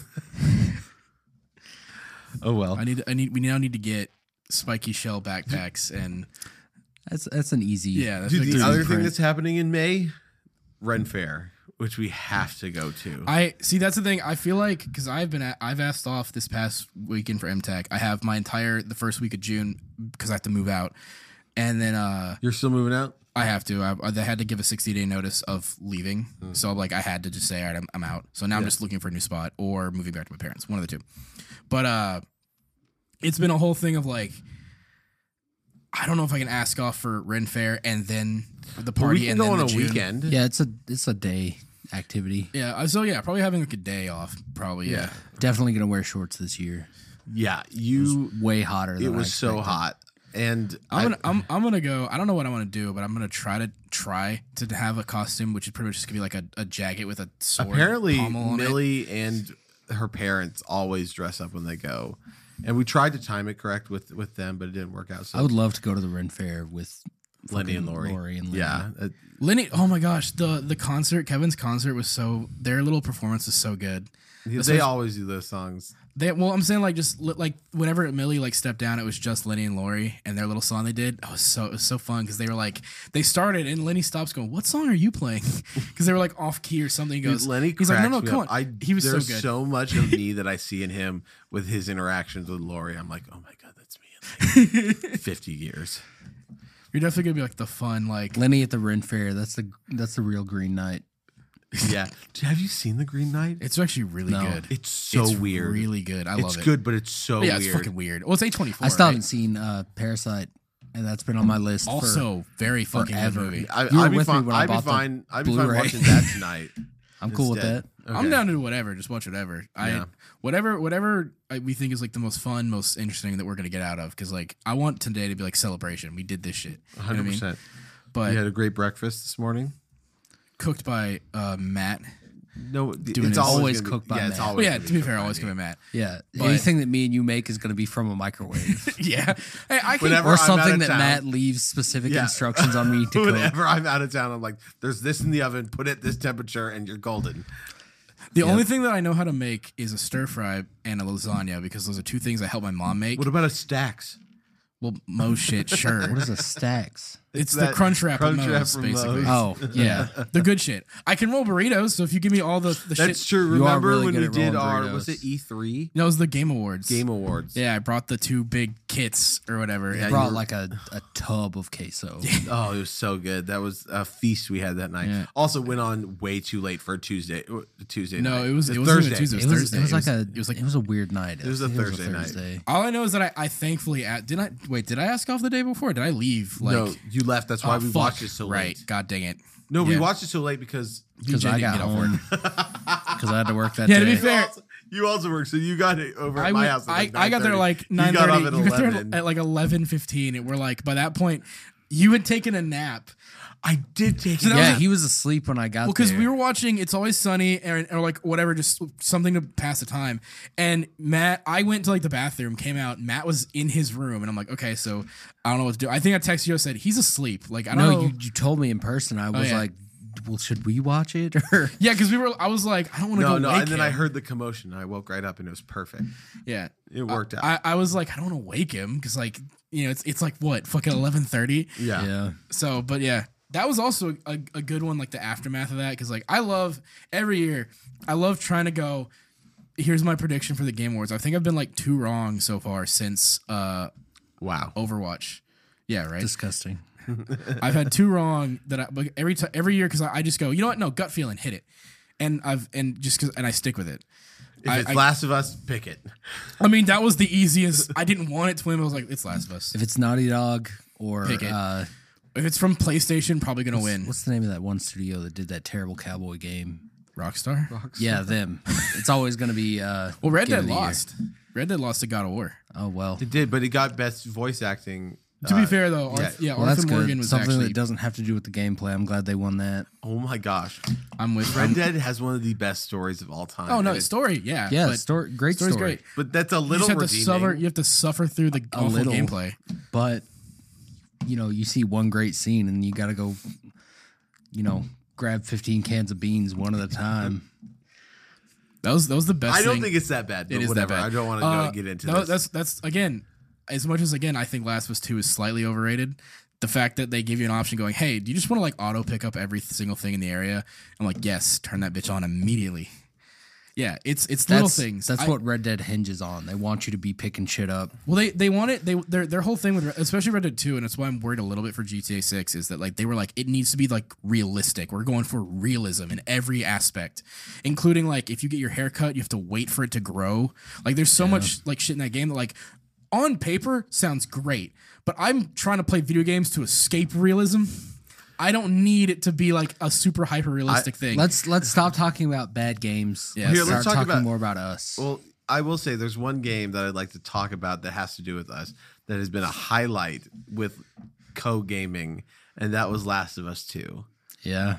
Oh well.
I need I need we now need to get spiky shell backpacks and
*laughs* That's that's an easy.
yeah. That's
Dude,
like
the other
print.
thing that's happening in May, Ren Fair, which we have to go to.
I see. That's the thing. I feel like because I've been at, I've asked off this past weekend for MTech. I have my entire the first week of June because I have to move out, and then uh
You're still moving out?
I have to. I, I they had to give a 60 day notice of leaving.
Hmm.
So like I had to just say, all right, I'm, I'm out. So now I'm just looking for a new spot or moving back to my parents, one of the two. But uh, it's been a whole thing of like, I don't know if I can ask off for Ren Fair and then the
Well,
party
we can
and
go
then
on
the
a
June.
weekend.
Yeah, it's a it's a day activity.
Yeah. uh, So yeah, probably having like a day off. Probably yeah.
Definitely gonna wear shorts this year.
Yeah, you.
Way hotter. Than
It
I
was so
expected.
hot, and
I'm
I,
gonna I'm, I'm gonna go. I don't know what I want to do, but I'm gonna try to try to have a costume, which is pretty much just gonna be like a, a jacket with a sword.
apparently
pommel on it.
Millie and her parents always dress up when they go, and we tried to time it correct with with them, but it didn't work out. So
I would love to go to the Ren Fair with
Lenny and
fucking
Lori.
Lori and Lenny.
yeah, uh,
Lenny, oh my gosh, the the concert, Kevin's concert was so their little performance was so good.
they always do those songs.
They well, I'm saying like just li- like whenever Millie like stepped down, it was just Lenny and Lori and their little song they did. Oh, it was so it was so fun because they were like they started and Lenny stops going, "What song are
*laughs*
you playing?" Because they were like off key or something. He
Dude,
goes,
Lenny
he's like, "No,
cracks
no,
me
come
up.
on."
I,
he was so
there's
good.
so much of me that I see in him with his interactions with Lori. I'm like, oh my god, that's me
*laughs*
in like 50 years.
You're definitely gonna be like the fun like.
Lenny at the Ren Fair. That's the that's the real Green Knight.
Yeah. Dude, *laughs* Have you seen the Green Knight?
It's actually really
No.
good.
It's so
It's
weird.
Really good. I
it's
love it.
good, but it's so
Yeah,
weird.
it's fucking weird. Well, it's A24.
I still
right?
haven't seen uh, Parasite, and that's been on my list. for-
Also, very fucking good
forever.
movie.
I,
You were
I'd be
with me
fine.
when I
I'd be
bought the
fine. I'd be fine
Blu-ray.
watching that
*laughs*
tonight.
I'm cool with
instead.
that.
Okay.
I'm down to whatever. Just watch whatever. I
Yeah.
whatever whatever I, we think is like the most fun, most interesting that we're gonna get out of. Because like I want today to be like celebration. We did this shit. You know what I
100.
mean?
percent
But
You had a great breakfast this morning.
cooked by uh, Matt.
No, it's
it's
always
gonna be-
cooked by
Yeah, it's
Matt.
Well,
always.
yeah.
gonna
To be fair,
cooked by
always
me.
come Matt. *laughs*
Yeah,
But-
anything that me and you make is going to be from a microwave
yeah. Hey, I can.
*laughs* Whenever
or
I'm out
something
of
that
town-
Matt leaves specific
Yeah.
instructions on
*laughs*
me to cook.
Whenever I'm out of town, I'm like, "There's this in the oven. Put it at this temperature, and you're golden."
The only thing that I know how to make is a stir fry and a lasagna because those are two things I help my mom make.
What about a stacks? *laughs*
well, most shit, sure.
What is a stacks?
It's, the
that
crunch wrap
crunch
of
wrap
Moe's,
from
basically.
Moe's.
Oh,
*laughs*
yeah.
the good shit. I can roll burritos, so if you give me all the, the
That's
shit.
true.
You are
Remember
really
when
good
we
at
did
rolling
our was
burritos.
it E three
That was the Game Awards.
Game Awards?
yeah, I brought the two big kits or whatever.
I
Yeah,
brought like a, a tub
*laughs*
of queso.
Oh, it was so good. That was a feast we had that night.
Yeah.
Also went on way too late for a Tuesday. uh, Tuesday.
No,
night.
it was-
a
it wasn't even
Thursday.
a Tuesday.
It was,
Thursday.
it was
It
like
was-
a
it was like-
it was a weird night. It
was a Thursday night.
all I know is that I, I thankfully at, did I wait did I ask off the day before? Did I leave? Like,
no, you left. That's why
oh,
we
fuck.
watched it so
right.
late.
God dang it.
No, we
Yeah.
watched it so late
*laughs*
because
Because
DJ
I got
didn't get
home.
off
*laughs* Because I had to work that
Yeah, to
day.
be fair,
You also, you also work, so you got it over at
I,
my
went-
house.
I,
At
I got there
9:30.
like
You
nine
got off
thirty.
at
You got there
eleven.
at like eleven fifteen, and we're like by that point you had taken a nap.
I did take. it.
yeah, he was asleep when I got
Well,
there.
because we were watching It's Always Sunny or, or like whatever, just something to pass the time. And Matt, I went to like the bathroom, came out. Matt was in his room, and I'm like, okay, so I don't know what to do. I think I texted you. I said he's asleep. Like I don't
no,
know.
you, you told me in person. I was
yeah.
like, well, should we watch it? *laughs* Or
yeah, because we were. I was like, I don't want to
No,
go.
no.
wake
And then
him.
I heard the commotion. and I woke right up, and it was perfect.
Yeah,
It worked out.
Uh, I, I was like, I don't want to wake him because like you know it's it's like what fucking eleven thirty.
yeah.
yeah,
So, but yeah, that was also a, a good one, like the aftermath of that. Cause like I love every year, I love trying to go, here's my prediction for the Game Awards. I think I've been like two wrong so far since uh
Wow.
Overwatch. Yeah, right.
disgusting.
I've had two wrong that I but every time every year because I, I just go, you know what? No, gut feeling, hit it. And I've and just cause and I stick with it.
If
I-
it's
I-
Last of Us, pick it.
I mean, that was the easiest. I didn't want it to win, but I was like, it's Last of Us.
If it's Naughty Dog or
Pick it.
uh,
If it's from PlayStation, probably gonna win.
what's the name of that one studio that did that terrible cowboy
*laughs*
game?
Rockstar.
Yeah, them. it's always going to be. Uh,
Well, Red
game of
Dead
the year.
lost. Red Dead lost to God of War.
Oh well.
It did, but it got best voice acting.
To
uh,
be fair, though, Arth-
yeah.
yeah,
Well,
Arthur
that's
Morgan
good.
was
Something
actually.
that doesn't have to do with the gameplay. I'm glad they won that.
Oh my gosh,
I'm with.
Red
I'm-
Dead has one of the best stories of all time.
Um, Oh no,
And it-
it's story. Yeah,
Yeah,
but
story, great
story's
story.
great.
But that's a
You
little
just have to
redeeming.
suffer. You have to suffer through the awful
little.
gameplay.
But you know, you see one great scene, and you got to go, you know, grab 15 cans of beans one at a time.
That was that was the best.
I don't
thing.
think it's that bad. But
it is
whatever.
that bad.
I don't want to
Uh,
go get into
no,
this.
That's that's again, as much as again, I think Last of Us Two is slightly overrated. The fact that they give you an option, going, "Hey, do you just want to like auto pick up every single thing in the area?" I'm like, "Yes, turn that bitch on immediately." Yeah, it's it's little
That's,
things.
That's
I-
what Red Dead hinges on. They want you to be picking shit up.
Well, they they want it. They their their whole thing with especially Red Dead Two, and it's why I'm worried a little bit for GTA Six is that like they were like it needs to be like realistic. We're going for realism in every aspect, including like if you get your hair cut, you have to wait for it to grow. Like there's so much like shit in that game that like on paper sounds great, but I'm trying to play video games to escape realism. I don't need it to be like a super hyper realistic thing.
Let's let's stop talking about bad games.
Yeah, Here,
start
let's talk
talking
about-
more about us.
Well, I will say there's one game that I'd like to talk about that has to do with us that has been a highlight with co gaming, and that was Last of Us Two.
yeah,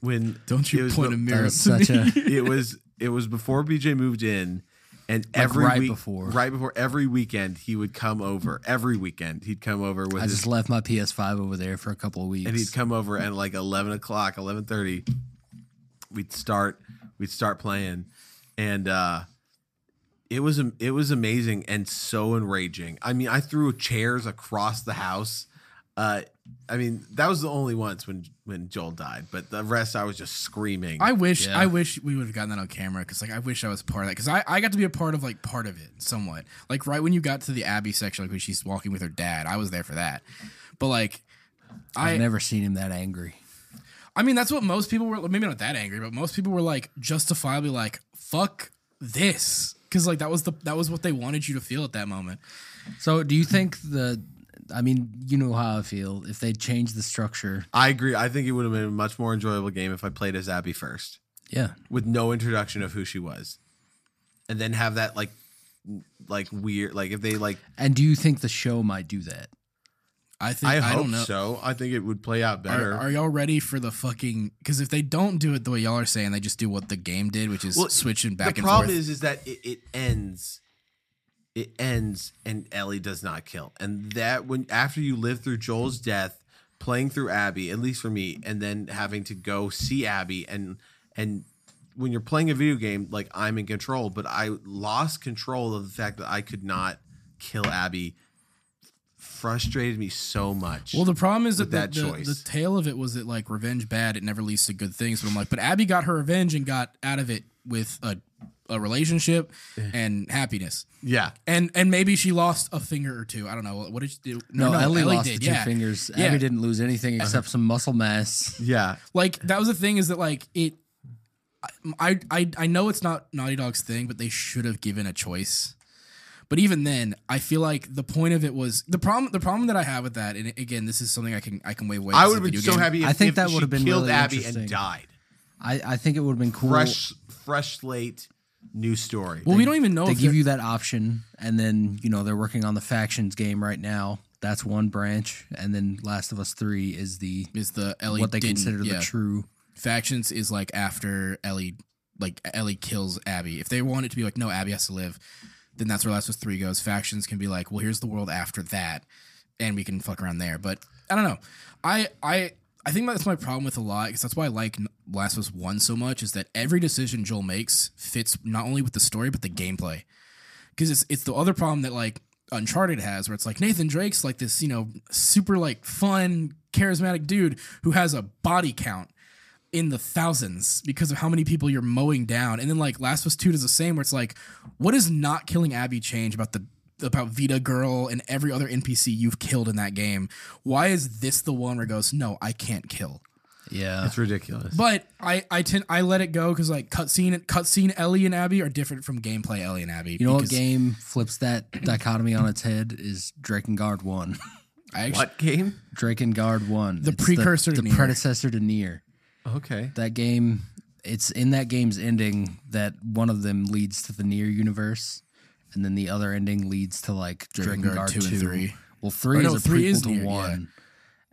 When
don't
it
you
was
point
be-
a
that
mirror.
was
At me.
such a
it was it was before BJ moved in, and every
right
week,
before.
right before every weekend he would come over. Every weekend he'd come over with
I
his
just left my PS5 over there for a couple of weeks.
and he'd come over at like 11 o'clock 11.30 we'd start we'd start playing and uh it was am- it was amazing and so enraging i mean i threw chairs across the house uh i mean that was the only once when when joel died but the rest i was just screaming
I wish
Yeah.
I wish we would have gotten that on camera because like I wish I was a part of that because I, I got to be a part of like part of it somewhat like right when you got to the Abby section like when she's walking with her dad I was there for that but like I
I've never seen him that angry.
I mean that's what most people were maybe not that angry but most people were like justifiably like fuck this because like that was the that was what they wanted you to feel at that moment
So, do you think the? I mean, you know how I feel. If they change the structure,
I agree i think it would have been a much more enjoyable game if i played as abby first
yeah,
with no introduction of who she was and then have that like like weird like if they like
and do you think the show might do that?
I think
I,
I,
hope
don't know
so. I think it would play out better.
Are, are y'all ready for the fucking? Because if they don't do it the way y'all are saying, they just do what the game did, which is
Well,
switching back
the
and
problem
forth.
is, is that it, it ends. It ends, and Ellie does not kill. And that when after you live through Joel's death, playing through Abby, at least for me, and then having to go see Abby, and and when you're playing a video game, like I'm in control, but I lost control of the fact that I could not kill Abby frustrated me so much.
Well, the problem is that,
With that
the, the-
choice.
the tale of it was that like revenge bad, it never leads to good things. But I'm like, but Abby got her revenge and got out of it with a, a relationship and happiness.
yeah,
And and maybe she lost a finger or two. I don't know. What did she do?
No, Ellie, lost
did,
the two
yeah.
fingers.
Yeah. Uh-huh.
Abby didn't lose anything except some muscle mass.
yeah,
Like that was the thing is that like it. I I I know it's not Naughty Dog's thing, but they should have given a choice. But even then, I feel like the point of it was the problem. The problem that I have with that, and again, this is something I can I can wave away.
I
It's a
would have been
video
so
game.
happy. If,
I think
if
that
she
would have been
killed
really
Abby
interesting.
and died.
I, I think it would have been cool.
Fresh, fresh slate, new story.
Well, we don't even know
they
if
give
they're-
you that option, and then you know they're working on the factions game right now. That's one branch, and then Last of Us Three is the
is the Ellie
what they
didn't-
consider
yeah.
the true.
factions is like after Ellie like Ellie kills Abby. If they want it to be like no Abby has to live, then that's where Last of Us 3 goes. Factions can be like, well, here's the world after that and we can fuck around there. But I don't know. I I I think that's my problem with a lot because that's why I like Last of Us 1 so much is that every decision Joel makes fits not only with the story but the gameplay because it's it's the other problem that like Uncharted has, where it's like Nathan Drake's like this, you know, super like fun, charismatic dude who has a body count in the thousands because of how many people you're mowing down, and then like Last of Us Two does the same, where it's like, what does not killing Abby change about the about Vita Girl and every other NPC you've killed in that game? Why is this the one where it goes, no, I can't kill?
Yeah,
it's ridiculous.
But I I tend I let it go because like cutscene cutscene Ellie and Abby are different from gameplay Ellie and Abby.
you know what
because
game flips that dichotomy on its head is Drakengard One. *laughs*
I actually,
What game?
Drakengard One,
The
It's
precursor to
the,
Nier.
predecessor to Nier.
Okay,
That game, it's in that game's ending that one of them leads to the Nier universe, and then the other ending leads to like
Drakengard
Drakengard
2
Two
and 3.
Well, three
Or
is
no,
a
three
prequel
is
to
Nier, yeah.
one,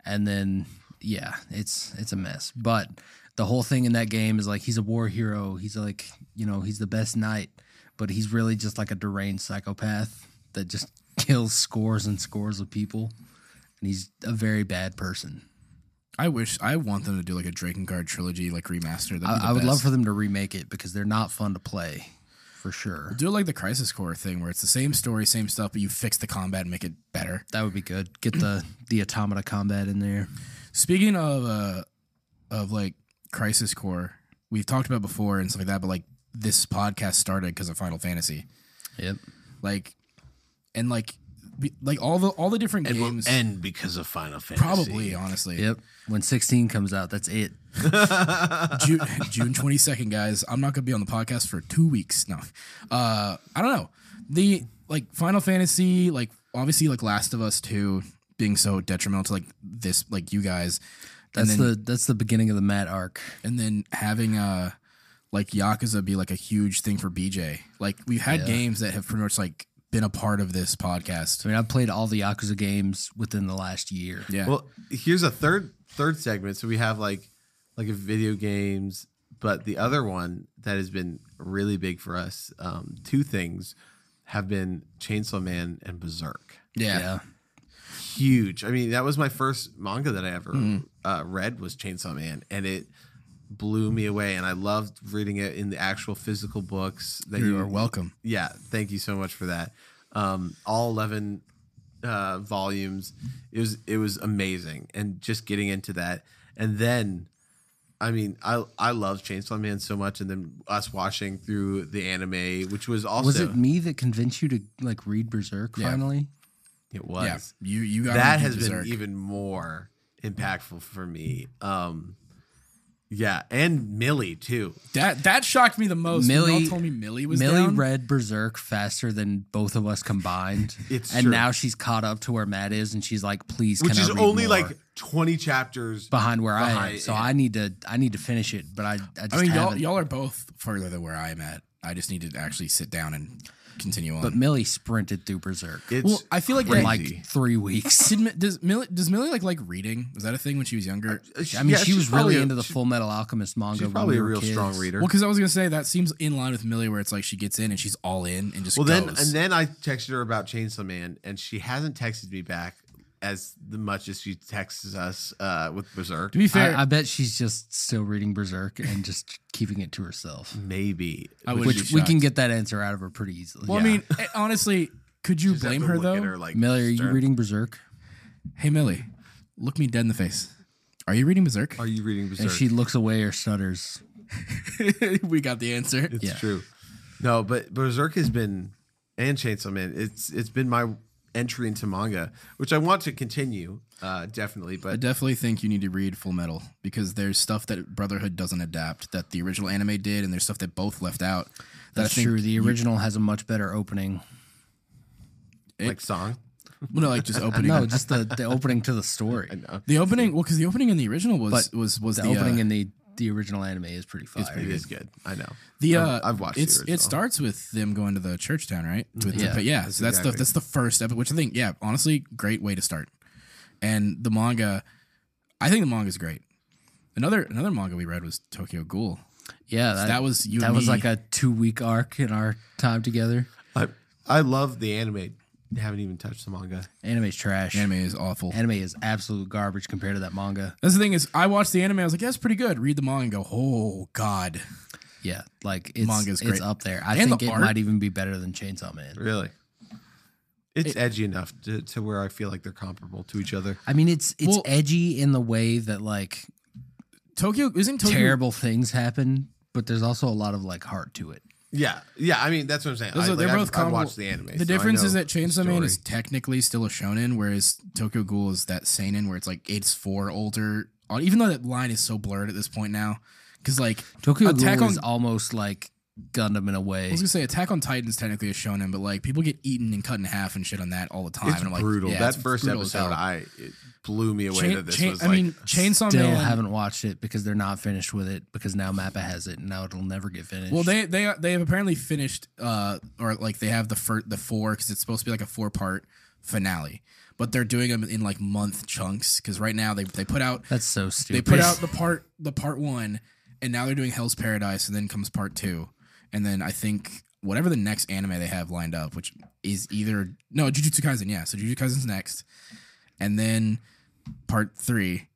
and then yeah, it's it's a mess. But the whole thing in that game is like he's a war hero. He's like you know he's the best knight, but he's really just like a deranged psychopath that just *laughs* kills scores and scores of people, and he's a very bad person.
I wish I want them to do like a Drakengard trilogy, like remaster. That'd be the
I, I would love
best.
for them to remake it because they're not fun to play, for sure.
do it like the Crisis Core thing, where it's the same story, same stuff, but you fix the combat and make it better.
That would be good. Get
*clears throat*
the the automata combat in there.
Speaking of uh, of like Crisis Core, we've talked about before and stuff like that, but like this podcast started because of Final Fantasy,
Yep.
like, and like, we- like all the all the different games,
end because of Final Fantasy.
probably honestly,
Yep. When sixteen comes out, that's it.
June *laughs* June twenty second, guys. I'm not gonna be on the podcast for two weeks. No, uh, I don't know. The like Final Fantasy, like obviously like Last of Us two being so detrimental to like this, like you guys,
That's
and then,
the that's the beginning of the Matt arc.
and then having uh like Yakuza be like a huge thing for BJ. Like we've had games that have pretty much like been a part of this podcast.
I mean, I've played all the Yakuza games within the last year.
Yeah.
Well, here's a third third segment. So we have like like a video games, but the other one that has been really big for us, um, two things have been Chainsaw Man and Berserk.
yeah.
Huge. I mean, that was my first manga that I ever
Mm.
uh, read was Chainsaw Man, and it blew me away. And I loved reading it in the actual physical books that
You are welcome.
yeah thank you so much for that um all 11 uh volumes it was it was amazing and just getting into that and then i mean i i love chainsaw man so much and then us watching through the anime which was also
Was it me that convinced you to like read Berserk
Yeah.
finally?
it was
Yeah. You you got
that
into
has
Berserk.
been even more impactful for me um yeah and millie too
that that shocked me the most. when
Millie-
Oh, y'all told me Millie was
Millie
down.
read Berserk faster than both of us
*laughs*
combined.
It's
and
true.
now she's caught up to where Matt is, and she's like, "Please,
which
can I
is
read
only
more
like 20 chapters
behind where I am."
behind-
So I need to I need to finish it, but I I just
I mean, y'all,
haven't.
y'all are both further than where I'm at. I just need to actually sit down and continue on.
but Millie sprinted through Berserk
it's
well, I feel like
in
that,
Like-
like three weeks.
did, Mi- does Millie does Millie like like reading? Was that a thing when she was younger?
I mean,
yeah,
she
she's
was
probably
really
a-
into the
she-
Full Metal Alchemist manga.
she's
when
probably
we
a
were
real
kids.
strong reader
Well, because I was gonna say that seems in line with Millie, where it's like she gets in and she's all in and just
Well, then
goes.
and then I texted her about Chainsaw Man, and she hasn't texted me back as the- much as she texts us uh, with Berserk.
to be fair,
I, I bet she's just still reading Berserk and just keeping it to herself.
Maybe
I would
Which
be
we
shocked.
can get that answer out of her pretty easily.
Well, I mean, eh, honestly, Could you
Just have
blame
to
her
look at
though?
like,
Millie, are you
stern.
reading Berserk?
Hey Millie, look me dead in the face. Are you reading Berserk?
Are you reading Berserk?
And she looks away or stutters.
*laughs* we got the answer.
It's
Yeah.
true. No, but Berserk has been and Chainsaw Man. It's it's been my entry into manga, which I want to continue, uh, definitely.
I
But
definitely think you need to read Full Metal because there's stuff that Brotherhood doesn't adapt that the original anime did, and there's stuff that both left out. That I
That's
think
true. The original has a much better opening.
like song,
*laughs* Well, no, like just
*laughs*
opening.
No, just the, the
*laughs*
opening to the story.
the opening. Well, because the opening in the original was was was
The
the,
opening
uh,
in the the original anime is pretty fire.
it is good. I know.
the
I've-
uh,
I've watched the
It's
original.
it starts with them going to the church town, right? With the-
Mm-hmm. Yeah.
but yeah, so that's the
exactly.
that's the first episode. Which I think, yeah, honestly, great way to start. And the manga, I think the manga is great. Another another manga we read was Tokyo Ghoul.
yeah,
That,
that,
was you.
that
and
was
me.
like a two week arc in our time together.
I I love the anime. I haven't even touched the manga.
Anime's trash.
anime is awful.
Anime is absolute garbage compared to that manga.
That's the thing is, I watched the anime. I was like, yeah, that's pretty good. Read the manga and go, oh god.
Yeah, like it's it's
Manga's great.
up there. I
And
think
the
it
art.
might even be better than Chainsaw Man.
Really, it's edgy enough to, to where I feel like they're comparable to each other.
I mean, it's it's
Well-
edgy in the way that like
Tokyo isn't Tokyo.
terrible things happen, but there's also a lot of like heart to it.
Yeah, yeah. I mean, that's what I'm saying.
Those
I,
are- they're
like,
both
I've, I've
comparable.
watched the anime.
The
so I
difference is
know
that Chainsaw Man
story.
is technically still a shonen, whereas Tokyo Ghoul is that seinen where it's like it's for older. uh, Even though that line is so blurred at this point now, because like
Tokyo
Attack
Ghoul
on-
is almost like Gundam in a way.
I was gonna say Attack on Titan is technically a shonen, but like people get eaten and cut in half and shit on that all the time.
it's
and I'm like,
brutal.
yeah,
that
it's
first
brutal as
episode,
hell.
I it blew me away
Chain-
that this
chain-
was
I
like
mean, Chainsaw
Still
oh, Man
haven't watched it because they're not finished with it because now Mappa has it and now it'll never get finished.
Well, they they they have apparently finished, uh, or like they have the fir- the four because it's supposed to be like a four part finale, but they're doing them in like month chunks because right now they they put out
that's so
they
stupid.
put out the part the part one, and now they're doing Hell's Paradise, and then comes part two, and then I think whatever the next anime they have lined up, which is either no Jujutsu Kaisen, yeah, so Jujutsu Kaisen's next, and then part three.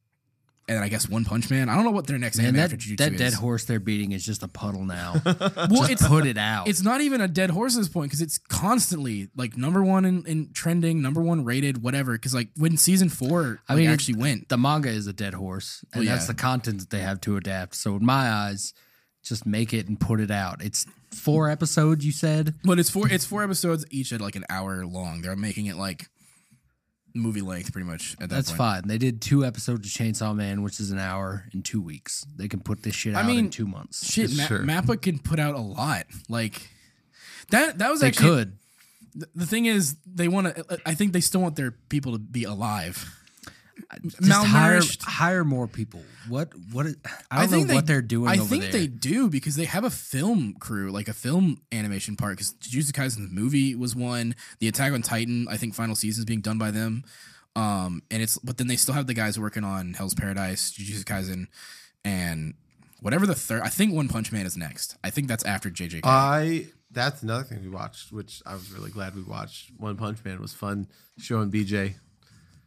And then I guess One Punch Man. I don't know what their next
and
anime
that,
after Jujutsu
that
is.
dead horse they're beating is just a puddle now.
*laughs* Well,
Just *laughs*
it's-
put it out.
It's not even a dead horse at this point because it's constantly like number one in, in trending, number one rated, whatever. Because like when season four,
I
I mean,
mean, it-
actually went.
the manga is a dead horse, and
Well,
that's
yeah.
the content that they have to adapt. So in my eyes, just make it and put it out. It's four episodes, you said.
But it's four. It's four episodes each at like an hour long. They're making it like movie length, pretty much. At that
That's
point.
fine. They did two episodes of Chainsaw Man, which is an hour in two weeks. They can put this shit
I
out in
mean,
two months.
Shit, Ma-
Sure.
Mappa can put out a lot. Like that. That was
They
actually
could.
th- the thing is they want to. I think they still want their people to be alive.
Just hire,
malnourished.
hire more people. What? What? is- I
I
don't
think
know
they,
what they're doing.
I
over
think
there.
they do because they have a film crew, like a film animation part. Because Jujutsu Kaisen's movie was one. The Attack on Titan, I think, final season is being done by them. Um, and it's but then they still have the guys working on Hell's Paradise, Jujutsu Kaisen, and whatever the third. I think One Punch Man is next. I think that's after JJ.
I that's another thing we watched, which I was really glad we watched. One Punch Man was fun showing BJ.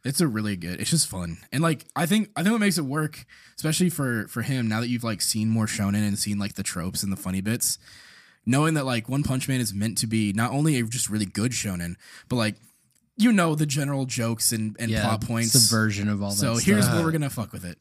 It's a really good. It's just fun, and like I think I think what makes it work, especially for for him, now that you've like seen more shonen and seen like the tropes and the funny bits, knowing that like One Punch Man is meant to be not only a just really good shonen, but like you know the general jokes and and
yeah,
plot points.
Subversion of all that.
so
stuff.
here's where we're gonna fuck with it.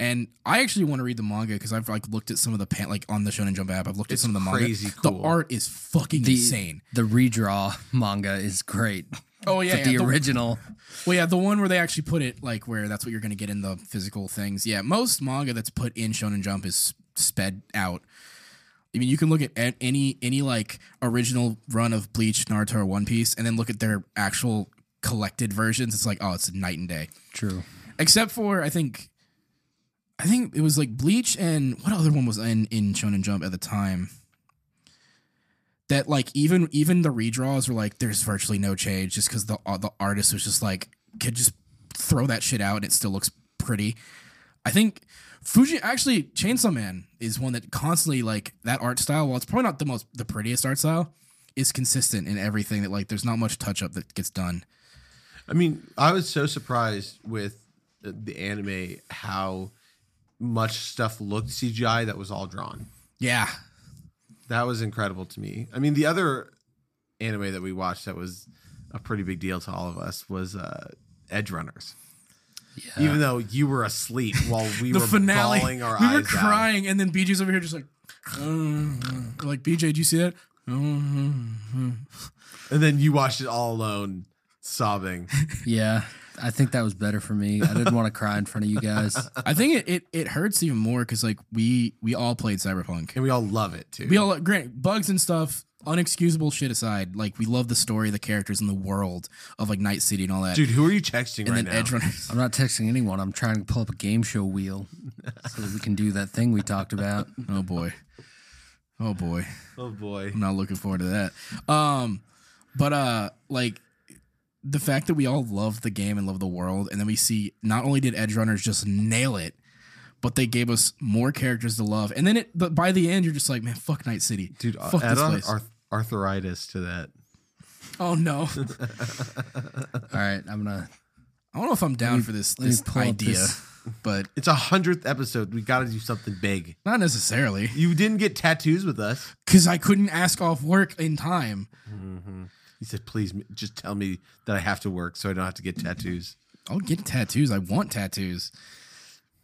And I actually want to read the manga because I've like looked at some of the pan- like on the Shonen Jump app. I've looked
It's
at some of the
crazy
manga.
cool.
The art is fucking
the
insane.
the redraw manga is great.
Oh yeah,
but
yeah,
the
the-
original.
Well, yeah, the one where they actually put it like where that's what you're gonna get in the physical things. Yeah, most manga that's put in Shonen Jump is sped out. I mean, you can look at a- any any like original run of Bleach, Naruto, or One Piece, and then look at their actual collected versions. It's like, oh, it's night and day.
True.
Except for I think, I think it was like Bleach and what other one was in in Shonen Jump at the time. That like even even the redraws were like there's virtually no change just because the uh, the artist was just like could just throw that shit out and it still looks pretty. I think Fuji actually Chainsaw Man is one that constantly like that art style. While it's probably not the most the prettiest art style, is consistent in everything that like there's not much touch up that gets done.
I mean, I was so surprised with the anime how much stuff looked CGI that was all drawn.
Yeah,
That was incredible to me. I mean, the other anime that we watched that was a pretty big deal to all of us was uh, Edge Runners. Even though you were asleep while we
the
were
finale.
bawling our
we
eyes
were
out.
crying, and then BJ's over here just like, "Mm." like BJ, did you see that? Mm-hmm.
and then you watched it all alone, sobbing.
Yeah, I think that was better for me. I didn't want to cry in front of you guys.
I think it, it, it hurts even more because like we we all played Cyberpunk.
and we all love it too.
We all grant bugs and stuff, unexcusable shit aside. Like we love the story, the characters, and the world of like Night City and all that.
Dude, who are you texting
and
right
then
now?
Edge Runners.
I'm not texting anyone. I'm trying to pull up a game show wheel so that we can do that thing we talked about.
*laughs* Oh boy, oh boy.
oh boy.
I'm not looking forward to that. Um, but uh, like the fact that we all love the game and love the world, and then we see not only did Edge Runners just nail it, but they gave us more characters to love. And then it, but by the end, you're just like, man, fuck Night City,
Dude,
Fuck
add
this
on
place.
arth- arthritis to that.
*laughs* Oh no, *laughs*
All right, I'm gonna
I don't know if I'm down for this
let me
this
pull up
idea,
this-
but
It's a hundredth episode. We got to do something big.
not necessarily
You didn't get tattoos with us.
because I couldn't ask off work in time.
He said, "Please, m- just tell me that I have to work so I don't have to get tattoos."
I'll get tattoos. I want tattoos.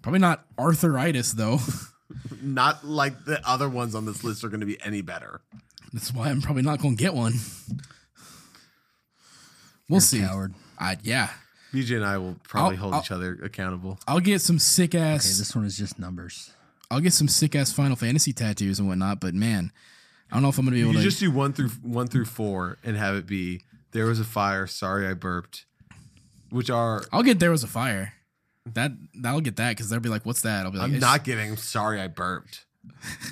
Probably not arthritis though. *laughs*
Not like the other ones on this list are going to be any better.
That's why I'm probably not going to get one. We'll see.
coward.
I, yeah,
BJ and I will probably
I'll-
hold
I'll-
each other accountable.
I'll get some sick ass.
Okay, this one is just numbers.
I'll get some sick ass Final Fantasy tattoos and whatnot. But man, I don't know if I'm gonna be able
You
to.
just do one through one through four and have it be there was a fire. Sorry, I burped. Which are
I'll get there was a fire. That I'll get that because they'll be like, "What's that?" I'll be like,
I'm
"It's-
not getting. Sorry, I burped.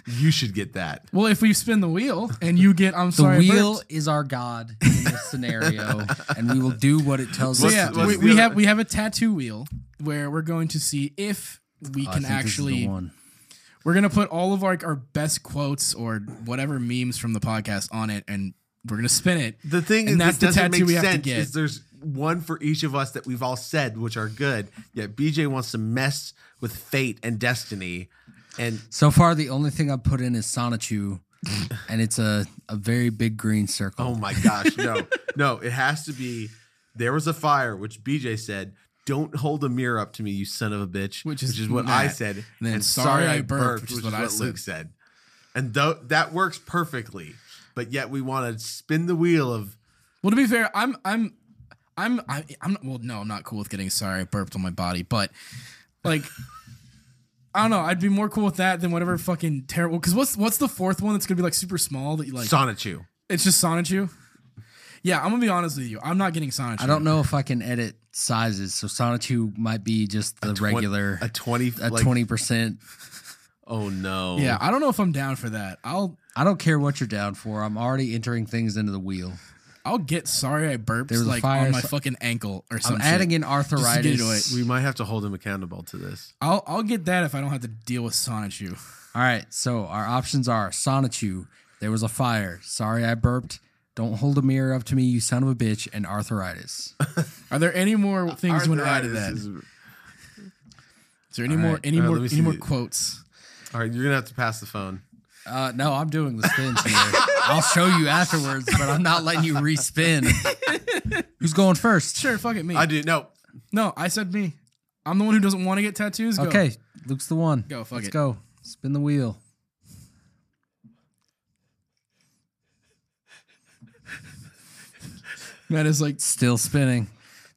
You should get that.
Well, if we spin the wheel and you get, I'm
*laughs* The
sorry, I
wheel
burped."
is our god in this scenario, and we will do what it tells
So
us
What's-
yeah,
to do.
we,
the
we
other-
have we have a tattoo wheel where we're going to see if we
Oh, I think this
can
is the
actually
one.
We're gonna put all of our, our best quotes or whatever memes from the podcast on it, and we're gonna spin it.
The thing
And
is,
that's
it
the
doesn't
tattoo
make
we have to
sense.
get.
Is there's one for each of us that we've all said, which are good. Yet BJ wants to mess with fate and destiny, and
So far, the only thing I put in is Sonichu, and it's a, a very big green circle.
oh my gosh,
*laughs*
no, no, it has to be. There was a fire, which BJ said. Don't hold a mirror up to me, you son of a bitch.
Which is
what
Matt.
I said.
And then, "Sorry I burped," which is what I said.
Luke said. And though that works perfectly, but yet we want to spin the wheel of
Well, to be fair, I'm I'm I'm I- I'm not, well, no, I'm not cool with getting sorry I burped on my body, but like I don't know, I'd be more cool with that than whatever fucking terrible. Because what's what's the fourth one that's gonna be like super small that you like?
Sonichu.
it's just Sonichu. Yeah, I'm gonna be honest with you. I'm not getting Sonichu.
I don't know if I can edit sizes, so Sonichu might be just the
Twen-
regular
a twenty
a
like-
twenty percent.
Oh no.
Yeah, I don't know if I'm down for that. I'll
I don't care what you're down for. I'm already entering things into the wheel.
I'll get sorry I burped
There was a
like
fire,
on my
so-
fucking ankle or
I'm
something.
adding in
to get it
arthritis.
We might have to hold him accountable to this.
I'll I'll get that if I don't have to deal with Sonichu.
All right, so our options are Sonichu, there was a fire. Sorry, I burped. Don't hold a mirror up to me, you son of a bitch, and arthritis.
Are there any more things you want to add to
Arthritis
that?
is-
Is there any more
right.
any
All right,
more
let me
any more
see.
quotes?
all right, you're gonna have to pass the phone.
Uh, no, I'm doing the spins here. I'll show you afterwards, but I'm not letting you respin. Who's going first?
Sure, fuck it, me.
I do no.
no, I said me. I'm the one who doesn't want to get tattoos. Go.
Okay, Luke's the one.
Go, fuck
Let's
it.
go. Spin the wheel.
Matt is like
Still spinning.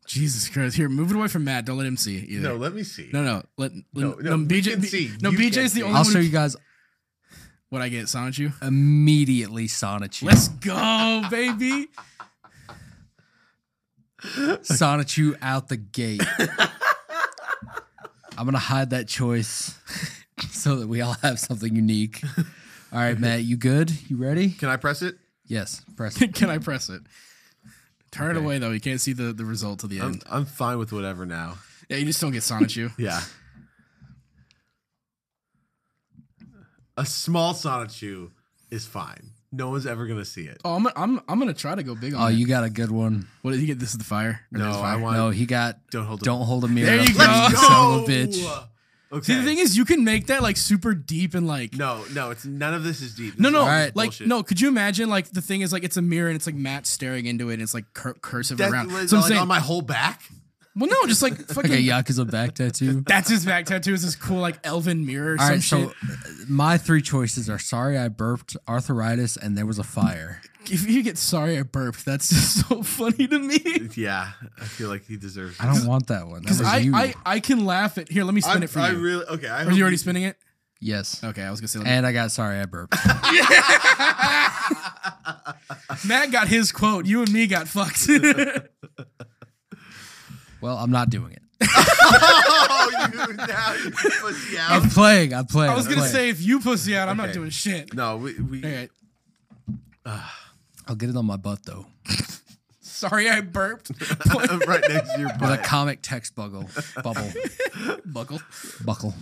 Jesus Christ. Here, move it away from Matt. Don't let him see it either.
No, let me see.
no, no. Let,
No,
no,
no, we
BJ.
can see.
No,
You
BJ's the
can't
only
I'll
one.
show
who-
you guys
What I get, Sonichu.
*laughs*
immediately Sonichu.
Let's go, baby.
Sonichu out the gate. I'm gonna hide that choice *laughs* so that we all have something unique. All right, Matt, you good? You ready?
Can I press it?
Yes. Press.
*laughs* Can I press it? Turn it away though. You can't see the, the result to the
I'm,
end.
I'm fine with whatever now.
yeah, you just don't get Sonichu.
*laughs* Yeah. A small sonotube is fine. No one's ever gonna see it.
Oh, I'm, I'm I'm gonna try to go big on
Oh,
it.
you got a good one.
What did you get? This is the fire. Or
No,
there's
I
fire?
want
No, he got.
don't hold.
Don't hold a mirror.
There
up
you
to me,
go.
son of a bitch.
Okay.
See, the thing is, you can make that like super deep and like
no, no, it's none of this is deep.
No,
This
no,
is
Alright.
like
bullshit.
no. Could you imagine? Like the thing is, like it's a mirror and it's like Matt staring into it and it's like cur- cursive
That
around.
was,
So I'm
like,
saying,
on my whole back.
well, no,
*laughs*
just like
Like
fucking.
a Yakuza back
*laughs*
tattoo.
That's his back tattoo. Is this cool like elven mirror or
All
some
right, so
shit?
uh, my three choices are sorry I burped, arthritis, and there was a fire.
if you get sorry I burped, that's *laughs* just so funny to me.
Yeah, I feel like he deserves.
I don't want that one. That
Because
was
I,
you.
I, I can laugh at here. Let me spin
I,
it for
I
you.
really okay. I
Are
hope
you already spinning it?
yes.
Okay, I was gonna say.
And I got sorry I burped.
*laughs* Matt got his quote. You and me got fucked. *laughs*
well, I'm not doing it.
Oh, you *laughs* now
*laughs*
you pussy out.
I'm playing. I'm playing.
I was
I'm
gonna
playing.
say if you pussy out, I'm not
Okay.
doing shit.
No, we, we
All right.
I'll get it on my butt though.
Sorry
*laughs*
I burped.
uh, right next to your
With a
butt.
comic text buggle, bubble,
*laughs* Buckle.
buckle.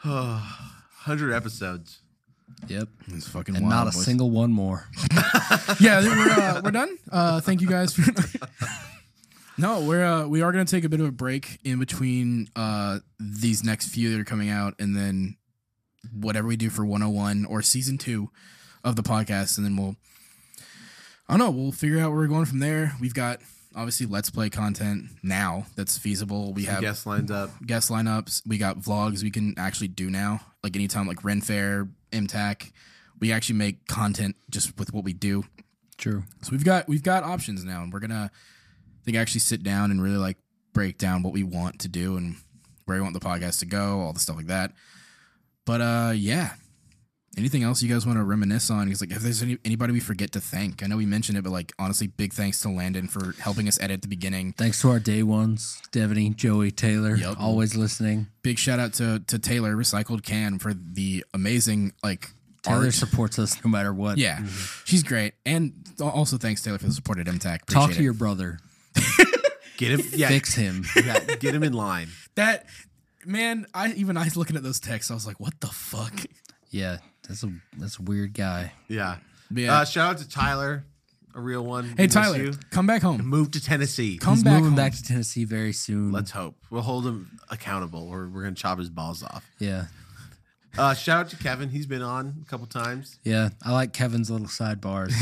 Hundred episodes.
Yep.
It's fucking
And not a single one more.
*laughs* yeah, we're, uh, we're done. Uh, thank you guys for. *laughs* no, we're uh, we are gonna take a bit of a break in between uh, these next few that are coming out, and then whatever we do for 101 or season two of the podcast, and then we'll. I don't know. We'll figure out where we're going from there. We've got obviously let's play content now that's feasible. We have
Guests lined up.
guest lineups. We got vlogs we can actually do now. Like anytime, like Ren Fair, MTAC, we actually make content just with what we do.
True.
So we've got we've got options now, and we're gonna I think actually sit down and really like break down what we want to do and where we want the podcast to go, all the stuff like that. But uh, yeah. Anything else you guys want to reminisce on? Because like, if there's any, anybody we forget to thank, I know we mentioned it, but like honestly, big thanks to Landon for helping us edit at the beginning.
Thanks to our day ones, Devaney, Joey, Taylor,
Yup.
always listening.
big shout out to to Taylor Recycled Can for the amazing like
Taylor
art.
supports us no matter what.
yeah, she's great, and also thanks Taylor for the support at MTAC. Appreciate
Talk
it.
to your brother.
Get him. Yeah,
Fix
*laughs*
him.
yeah, get him in line.
that man. I even I was looking at those texts. I was like, what the fuck?
Yeah. That's a that's a weird guy.
Yeah.
Yeah.
Uh, shout out to Tyler, a real one. We
Hey
miss
Tyler,
you.
come back home.
move to Tennessee.
Come
He's
back
moving
home.
back to Tennessee very soon.
Let's hope we'll hold him accountable, or we're gonna chop his balls off.
yeah.
Uh, shout out to Kevin. He's been on a couple
*laughs*
times.
Yeah. I like Kevin's little sidebars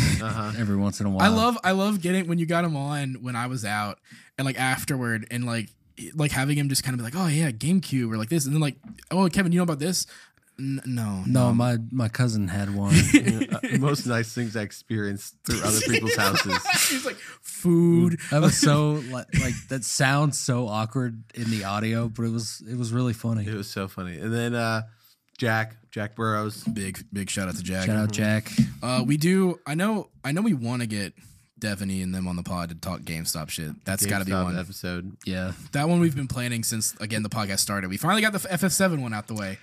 every once in a while.
Uh-huh. I love I love getting when you got him on when I was out and like afterward and like like having him just kind of be like, oh yeah, GameCube or like this, and then like, oh Kevin, you know about this? N- no,
No, my my cousin had one.
Uh, most nice things I experienced through other people's houses.
*laughs* He's like food.
That was so like, like that sounds so awkward in the audio, but it was it was really funny.
It was so funny. And then uh, Jack, Jack Burrows.
Big big shout out to Jack.
Shout out Jack.
Uh, we do. I know. I know. We want to get Devaney and them on the pod to talk GameStop shit. That's got to be
GameStop
one.
episode.
Yeah.
that one we've been planning since again the podcast started. We finally got the FF7 one out the way.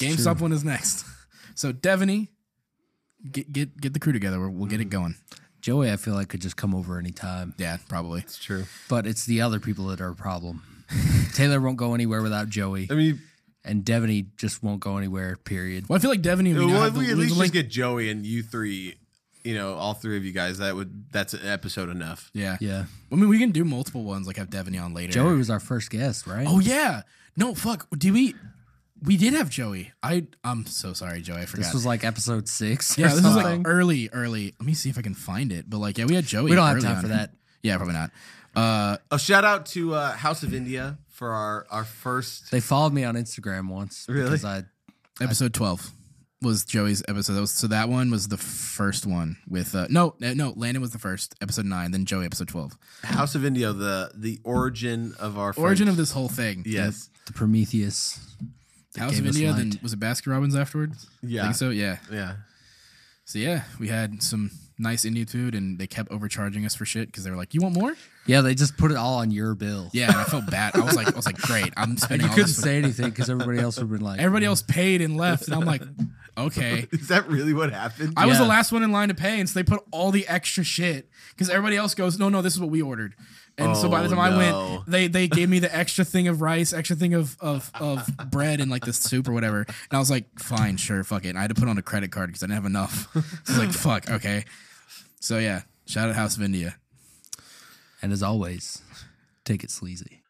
GameStop one is next. So Devaney, get get get the crew together. We'll, we'll get
Mm-hmm.
it going.
Joey, I feel like could just come over anytime.
Yeah, probably.
It's true.
But it's the other people that are a problem. *laughs* Taylor won't go anywhere without Joey.
I mean,
And Devaney just won't go anywhere, period.
Well, I feel like Devaney. We, now
well,
have
if
the,
we at
we
least
have the
just
link.
get Joey and you three. You know, all three of you guys. That would that's an episode enough.
yeah.
Yeah.
I mean, we can do multiple ones. Like have Devaney on later.
Joey was our first guest, right?
Oh yeah. No fuck. Do we? We did have Joey. I I'm so sorry, Joey. I forgot.
This was like episode six.
Yeah,
or
this is
something.
like early, early. Let me see if I can find it. But like, yeah, we had Joey.
We don't have
early
time
on.
for that.
Yeah, probably not. Uh,
Oh, shout out to uh, House of India for our our first.
They followed me on Instagram once.
Really?
Because I
episode twelve was Joey's episode. That was, so that one was the first one with uh, no, no, no. Landon was the first episode nine, then Joey episode twelve.
House of Indio, the the origin of our
Origin of
friends-
this whole thing. *laughs*
yes,
the Prometheus.
Yeah. House
gave
of
us
India. Then
light.
was it Baskin Robbins afterwards?
Yeah.
I think so. Yeah.
yeah.
So yeah, we had some nice Indian food, and they kept overcharging us for shit because they were like, "You want more?"
Yeah, they just put it all on your bill.
Yeah, and I felt bad. I was like, I was like, "Great, I'm
*laughs*
spending."
You
all
couldn't
this-
say anything because everybody else would have been like,
Everybody else paid and left, and I'm like, "Okay."
Is that really what happened?
I was the
Yeah.
last one in line to pay, and so they put all the extra shit because everybody else goes, no, no, this is what we ordered. And so by the
Oh,
time I
no.
went, they they gave me the extra thing of rice, extra thing of of of bread, and like the soup or whatever. And I was like, fine, sure, fuck it. And I had to put on a credit card because I didn't have enough. *laughs* So I was like, fuck, okay. So yeah, shout out House of India.
and as always, take it sleazy.